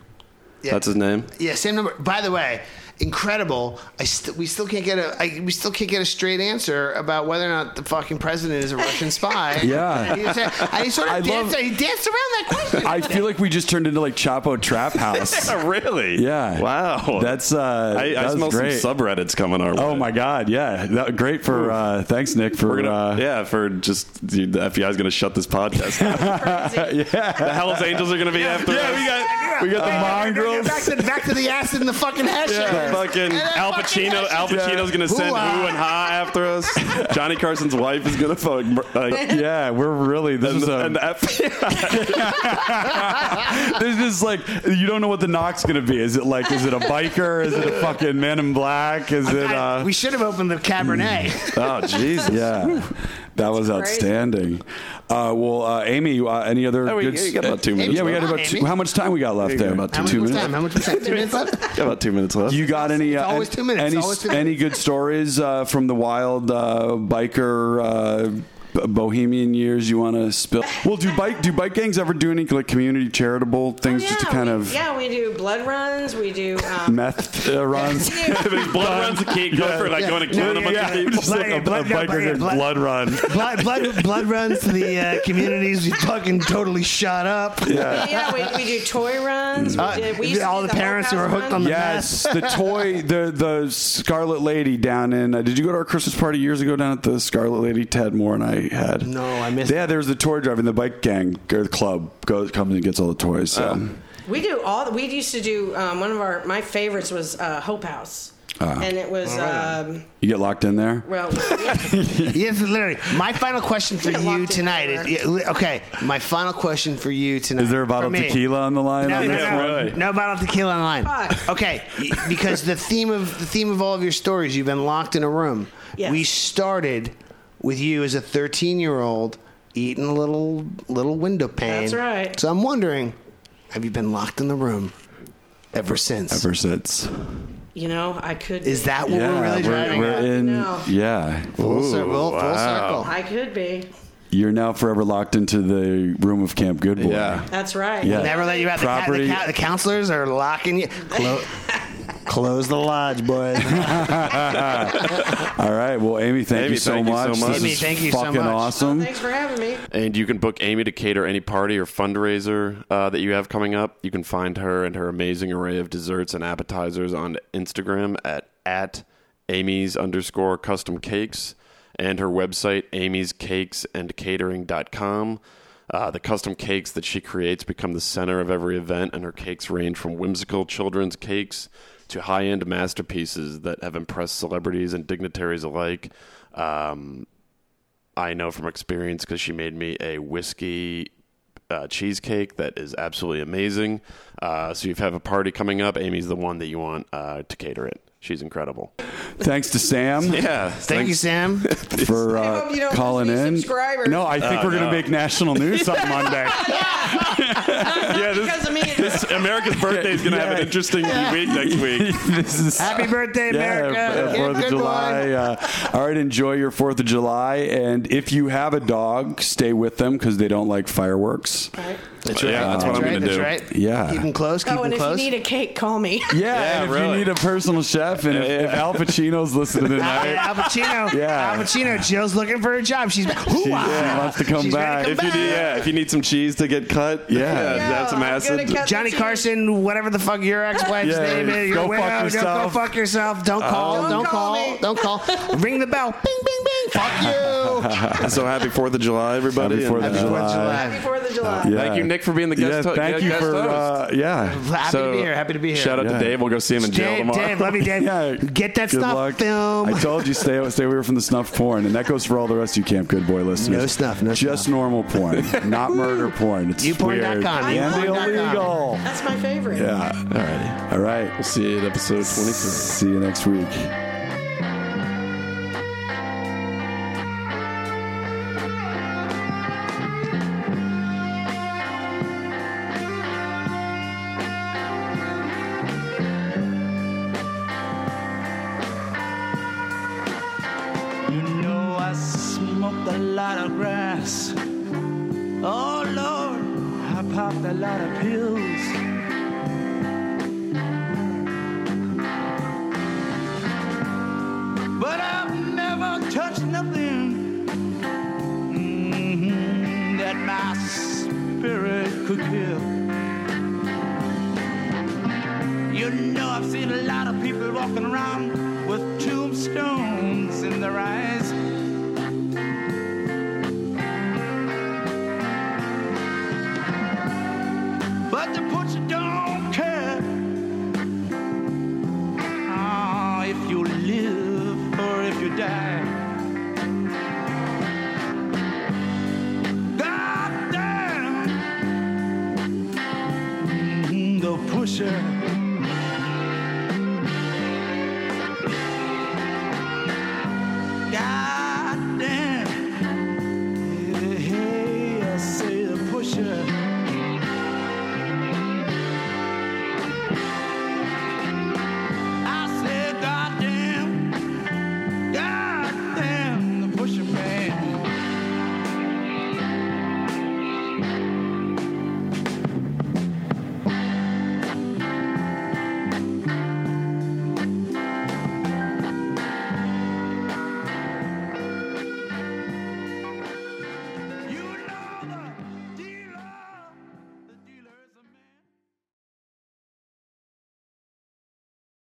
Speaker 3: Yeah.
Speaker 1: that's his name.
Speaker 3: Yeah, same number. By the way, incredible. I st- we still can't get a I, we still can't get a straight answer about whether or not the fucking president is a Russian spy.
Speaker 2: Yeah.
Speaker 3: He, was- I sort of
Speaker 2: I
Speaker 3: danced,
Speaker 2: love-
Speaker 3: he danced around that question.
Speaker 2: I feel like we just turned into like Chapo Trap House.
Speaker 1: Oh, really?
Speaker 2: Yeah.
Speaker 1: Wow.
Speaker 2: That's uh.
Speaker 1: I,
Speaker 2: that
Speaker 1: I
Speaker 2: was
Speaker 1: smell
Speaker 2: great.
Speaker 1: some subreddits coming our way.
Speaker 2: Oh my God! Yeah, that, great for uh, thanks, Nick, for
Speaker 1: We're gonna,
Speaker 2: uh,
Speaker 1: yeah, for just dude, the FBI's gonna shut this podcast. down. the Hell's Angels are gonna be after. us.
Speaker 2: got we got the mongrels.
Speaker 3: back, to, back to the ass and the fucking hash.
Speaker 1: Yeah,
Speaker 3: Yeah.
Speaker 1: fucking Al Pacino. Al Pacino's gonna send
Speaker 3: Hoo-ah.
Speaker 1: who and ha after us. Johnny Carson's wife is gonna fuck. Like,
Speaker 2: Yeah, we're really this
Speaker 1: and,
Speaker 2: is
Speaker 1: the,
Speaker 2: a,
Speaker 1: and the FBI.
Speaker 2: this is like you don't know what the knock's gonna be. Is it like is it a biker? Is it a fucking Man in Black? Is it
Speaker 3: I-
Speaker 2: uh?
Speaker 3: we should have opened the Cabernet.
Speaker 1: oh Jesus.
Speaker 2: Yeah, that was
Speaker 4: crazy.
Speaker 2: outstanding. Uh, well, uh, Amy, you, uh, any other?
Speaker 1: Oh, we-
Speaker 2: good
Speaker 1: yeah,
Speaker 2: s-
Speaker 1: you got about two minutes
Speaker 2: Yeah, we got
Speaker 1: left.
Speaker 2: about
Speaker 3: Come on,
Speaker 2: two,
Speaker 3: Amy.
Speaker 2: how much time we got left there? About
Speaker 3: How much
Speaker 2: two
Speaker 3: was
Speaker 2: minutes.
Speaker 3: time? How much was time? Two minutes left?
Speaker 1: Got about two minutes left.
Speaker 2: You got any?
Speaker 3: It's
Speaker 2: uh,
Speaker 3: always
Speaker 2: an-
Speaker 3: two minutes. It's
Speaker 2: Any,
Speaker 3: always two
Speaker 2: any good stories uh, from the wild uh, biker uh, b- bohemian years you want to spill? Well, do bike do bike gangs ever do any like community charitable things just to kind
Speaker 4: we,
Speaker 2: of
Speaker 4: Oh, yeah, we do blood runs. We do um,
Speaker 2: meth uh, runs?
Speaker 1: There's blood runs a key. Go for it. I go in and kill a bunch
Speaker 3: Yeah.
Speaker 1: of people.
Speaker 2: Just like a, a
Speaker 3: Blood- yeah,
Speaker 2: biker gang
Speaker 3: blood-
Speaker 2: blood run.
Speaker 3: Blood, blood, blood runs to the uh, communities. You fucking totally shot up.
Speaker 4: yeah, we, we do toy runs. We,
Speaker 3: Uh,
Speaker 4: did, we used to
Speaker 3: all
Speaker 4: do
Speaker 3: the parents who
Speaker 4: whole
Speaker 3: are hooked
Speaker 4: house
Speaker 3: on
Speaker 4: run.
Speaker 3: the
Speaker 2: Yes, the toy, the the Scarlet Lady down in. Uh, did you go to our Christmas party years ago down at the Scarlet Lady? Ted Moore and I had.
Speaker 3: No, I missed
Speaker 2: Yeah, there was the toy drive and the bike gang or the club goes comes and gets all the toys. So.
Speaker 3: Oh.
Speaker 4: We do all. We used to do um, one of our my favorites was uh, Hope House,
Speaker 2: Uh-huh.
Speaker 4: and it was um,
Speaker 2: You get locked in there.
Speaker 4: well,
Speaker 3: Yes, literally. My final question for
Speaker 4: Get
Speaker 3: you
Speaker 4: locked in
Speaker 3: tonight.
Speaker 4: there.
Speaker 3: Is, yeah, li- okay, my final question for you tonight.
Speaker 2: Is there a bottle
Speaker 3: for
Speaker 2: of
Speaker 3: me.
Speaker 2: tequila on the line?
Speaker 3: No,
Speaker 2: on
Speaker 3: no,
Speaker 2: this
Speaker 3: no,
Speaker 2: one?
Speaker 1: Really?
Speaker 3: no bottle of tequila online.
Speaker 4: Fuck.
Speaker 3: Okay, y- because the theme of the theme of all of your stories, you've been locked in a room.
Speaker 4: Yes.
Speaker 3: We started with you as a 13 year old eating a little little window pane.
Speaker 4: That's right.
Speaker 3: So I'm wondering, have you been locked in the room ever since?
Speaker 2: Ever since.
Speaker 4: you know, I could.
Speaker 3: Is
Speaker 4: be.
Speaker 3: that what
Speaker 2: yeah,
Speaker 3: we're really driving
Speaker 2: we're
Speaker 3: at?
Speaker 2: in.
Speaker 4: No.
Speaker 2: Yeah,
Speaker 3: full circle. Full circle.
Speaker 4: I could be.
Speaker 2: you're now forever locked into the room of Camp Good Boy.
Speaker 1: Yeah.
Speaker 4: That's right.
Speaker 2: Yeah.
Speaker 3: Never let you out. The, ca- the,
Speaker 2: Property-
Speaker 3: ca- the counselors are locking you. Clo- close the lodge, boys.
Speaker 2: All right. Well, Amy, thank,
Speaker 1: Amy,
Speaker 2: you, so
Speaker 1: thank you so
Speaker 2: much.
Speaker 1: much.
Speaker 2: This
Speaker 1: Amy,
Speaker 2: is
Speaker 3: thank you so
Speaker 2: fucking
Speaker 3: much.
Speaker 2: awesome.
Speaker 4: Thanks for having me.
Speaker 1: And you can book Amy to cater any party or fundraiser uh, that you have coming up. You can find her and her amazing array of desserts and appetizers on Instagram at at Amy's underscore custom cakes and her website, Amy's Cakes and Catering.com. Uh, the custom cakes that she creates become the center of every event, and her cakes range from whimsical children's cakes to high end masterpieces that have impressed celebrities and dignitaries alike. Um, I know from experience because she made me a whiskey uh, cheesecake that is absolutely amazing. Uh, so if you have a party coming up, Amy's the one that you want uh, to cater it. She's incredible.
Speaker 2: Thanks to Sam
Speaker 1: Yeah.
Speaker 3: Thank you, Sam.
Speaker 2: for uh,
Speaker 4: hope you don't
Speaker 2: calling
Speaker 4: lose any
Speaker 2: in.
Speaker 4: subscribers.
Speaker 2: No, I
Speaker 1: Uh,
Speaker 2: think we're gonna make national news on Monday.
Speaker 1: Yeah,
Speaker 4: Because of me.
Speaker 1: America's birthday is going to have an interesting week next week.
Speaker 2: this is
Speaker 3: Happy birthday,
Speaker 2: Yeah, uh,
Speaker 3: America.
Speaker 2: Fourth of
Speaker 3: Good
Speaker 2: July. Uh, all right, enjoy your Fourth of July, and if you have a dog, stay with them because they don't like fireworks.
Speaker 3: That's
Speaker 1: Yeah, that's what I'm
Speaker 3: right,
Speaker 1: gonna
Speaker 3: that's
Speaker 1: do.
Speaker 3: Right.
Speaker 2: Yeah.
Speaker 3: Keep them close. Keep
Speaker 4: Oh,
Speaker 3: them
Speaker 4: and if
Speaker 3: close.
Speaker 4: you need a cake, call me.
Speaker 2: Yeah,
Speaker 1: Yeah,
Speaker 2: and if
Speaker 1: really.
Speaker 2: you need a personal chef, and if, if Al Pacino's listening
Speaker 3: Al,
Speaker 2: tonight,
Speaker 3: Al Pacino.
Speaker 2: Yeah.
Speaker 3: Al Pacino. Jill's looking for a job. She's
Speaker 2: she, she
Speaker 3: hoo
Speaker 2: wants to come
Speaker 3: She's ready to
Speaker 2: back.
Speaker 3: come
Speaker 1: If you need, yeah, if you need some cheese to get cut,
Speaker 2: Yeah.
Speaker 1: add some
Speaker 4: I'm gonna
Speaker 1: acid.
Speaker 4: cut the
Speaker 3: Johnny
Speaker 4: cheese.
Speaker 3: Carson, whatever the fuck your ex-wife's
Speaker 2: Yeah,
Speaker 3: name is, your
Speaker 2: go
Speaker 3: widow,
Speaker 2: fuck
Speaker 3: don't go
Speaker 2: yourself. Uh,
Speaker 3: fuck yourself. Don't call.
Speaker 4: Don't
Speaker 3: don't
Speaker 4: call
Speaker 3: call.
Speaker 4: me.
Speaker 3: Don't call. Ring the bell. Bing, bing, bing. Fuck you.
Speaker 1: So happy Fourth of July, everybody!
Speaker 2: Happy Fourth of
Speaker 1: And, uh,
Speaker 3: Happy Fourth of
Speaker 2: July.
Speaker 3: July.
Speaker 4: Before the July.
Speaker 2: Yeah.
Speaker 1: Thank you, Nick, for being the guest.
Speaker 2: Yeah,
Speaker 1: ho-
Speaker 2: thank you
Speaker 1: guest
Speaker 2: for
Speaker 1: host.
Speaker 2: uh, yeah.
Speaker 3: Happy
Speaker 1: So,
Speaker 3: to be here. Happy to be here.
Speaker 1: Shout out
Speaker 2: Yeah.
Speaker 1: to Dave. We'll go see him in jail
Speaker 3: Dave,
Speaker 1: tomorrow.
Speaker 3: Dave, love you, Dave.
Speaker 2: Yeah,
Speaker 3: Get that
Speaker 2: good
Speaker 3: stuff
Speaker 2: luck.
Speaker 3: film.
Speaker 2: I told you stay stay away from the snuff porn, and that goes for all the rest of you Camp Good Boy listeners.
Speaker 3: No snuff, no
Speaker 2: just normal porn, not murder porn. It's
Speaker 3: Youporn.com,
Speaker 2: weird and
Speaker 3: youporn.com.
Speaker 2: illegal.
Speaker 4: That's my favorite.
Speaker 2: Yeah.
Speaker 1: All right,
Speaker 2: All right.
Speaker 1: we'll see you at episode twenty-three.
Speaker 2: See you next week.
Speaker 7: You know I smoked a lot of grass. Oh Lord, I popped a lot of pills. But I've never touched nothing mhm, that my spirit could kill. You know, I've seen a lot of people walking around with tombstones in their eyes. But the butcher don't care. Ah, if you live or if you die. Mm-hmm,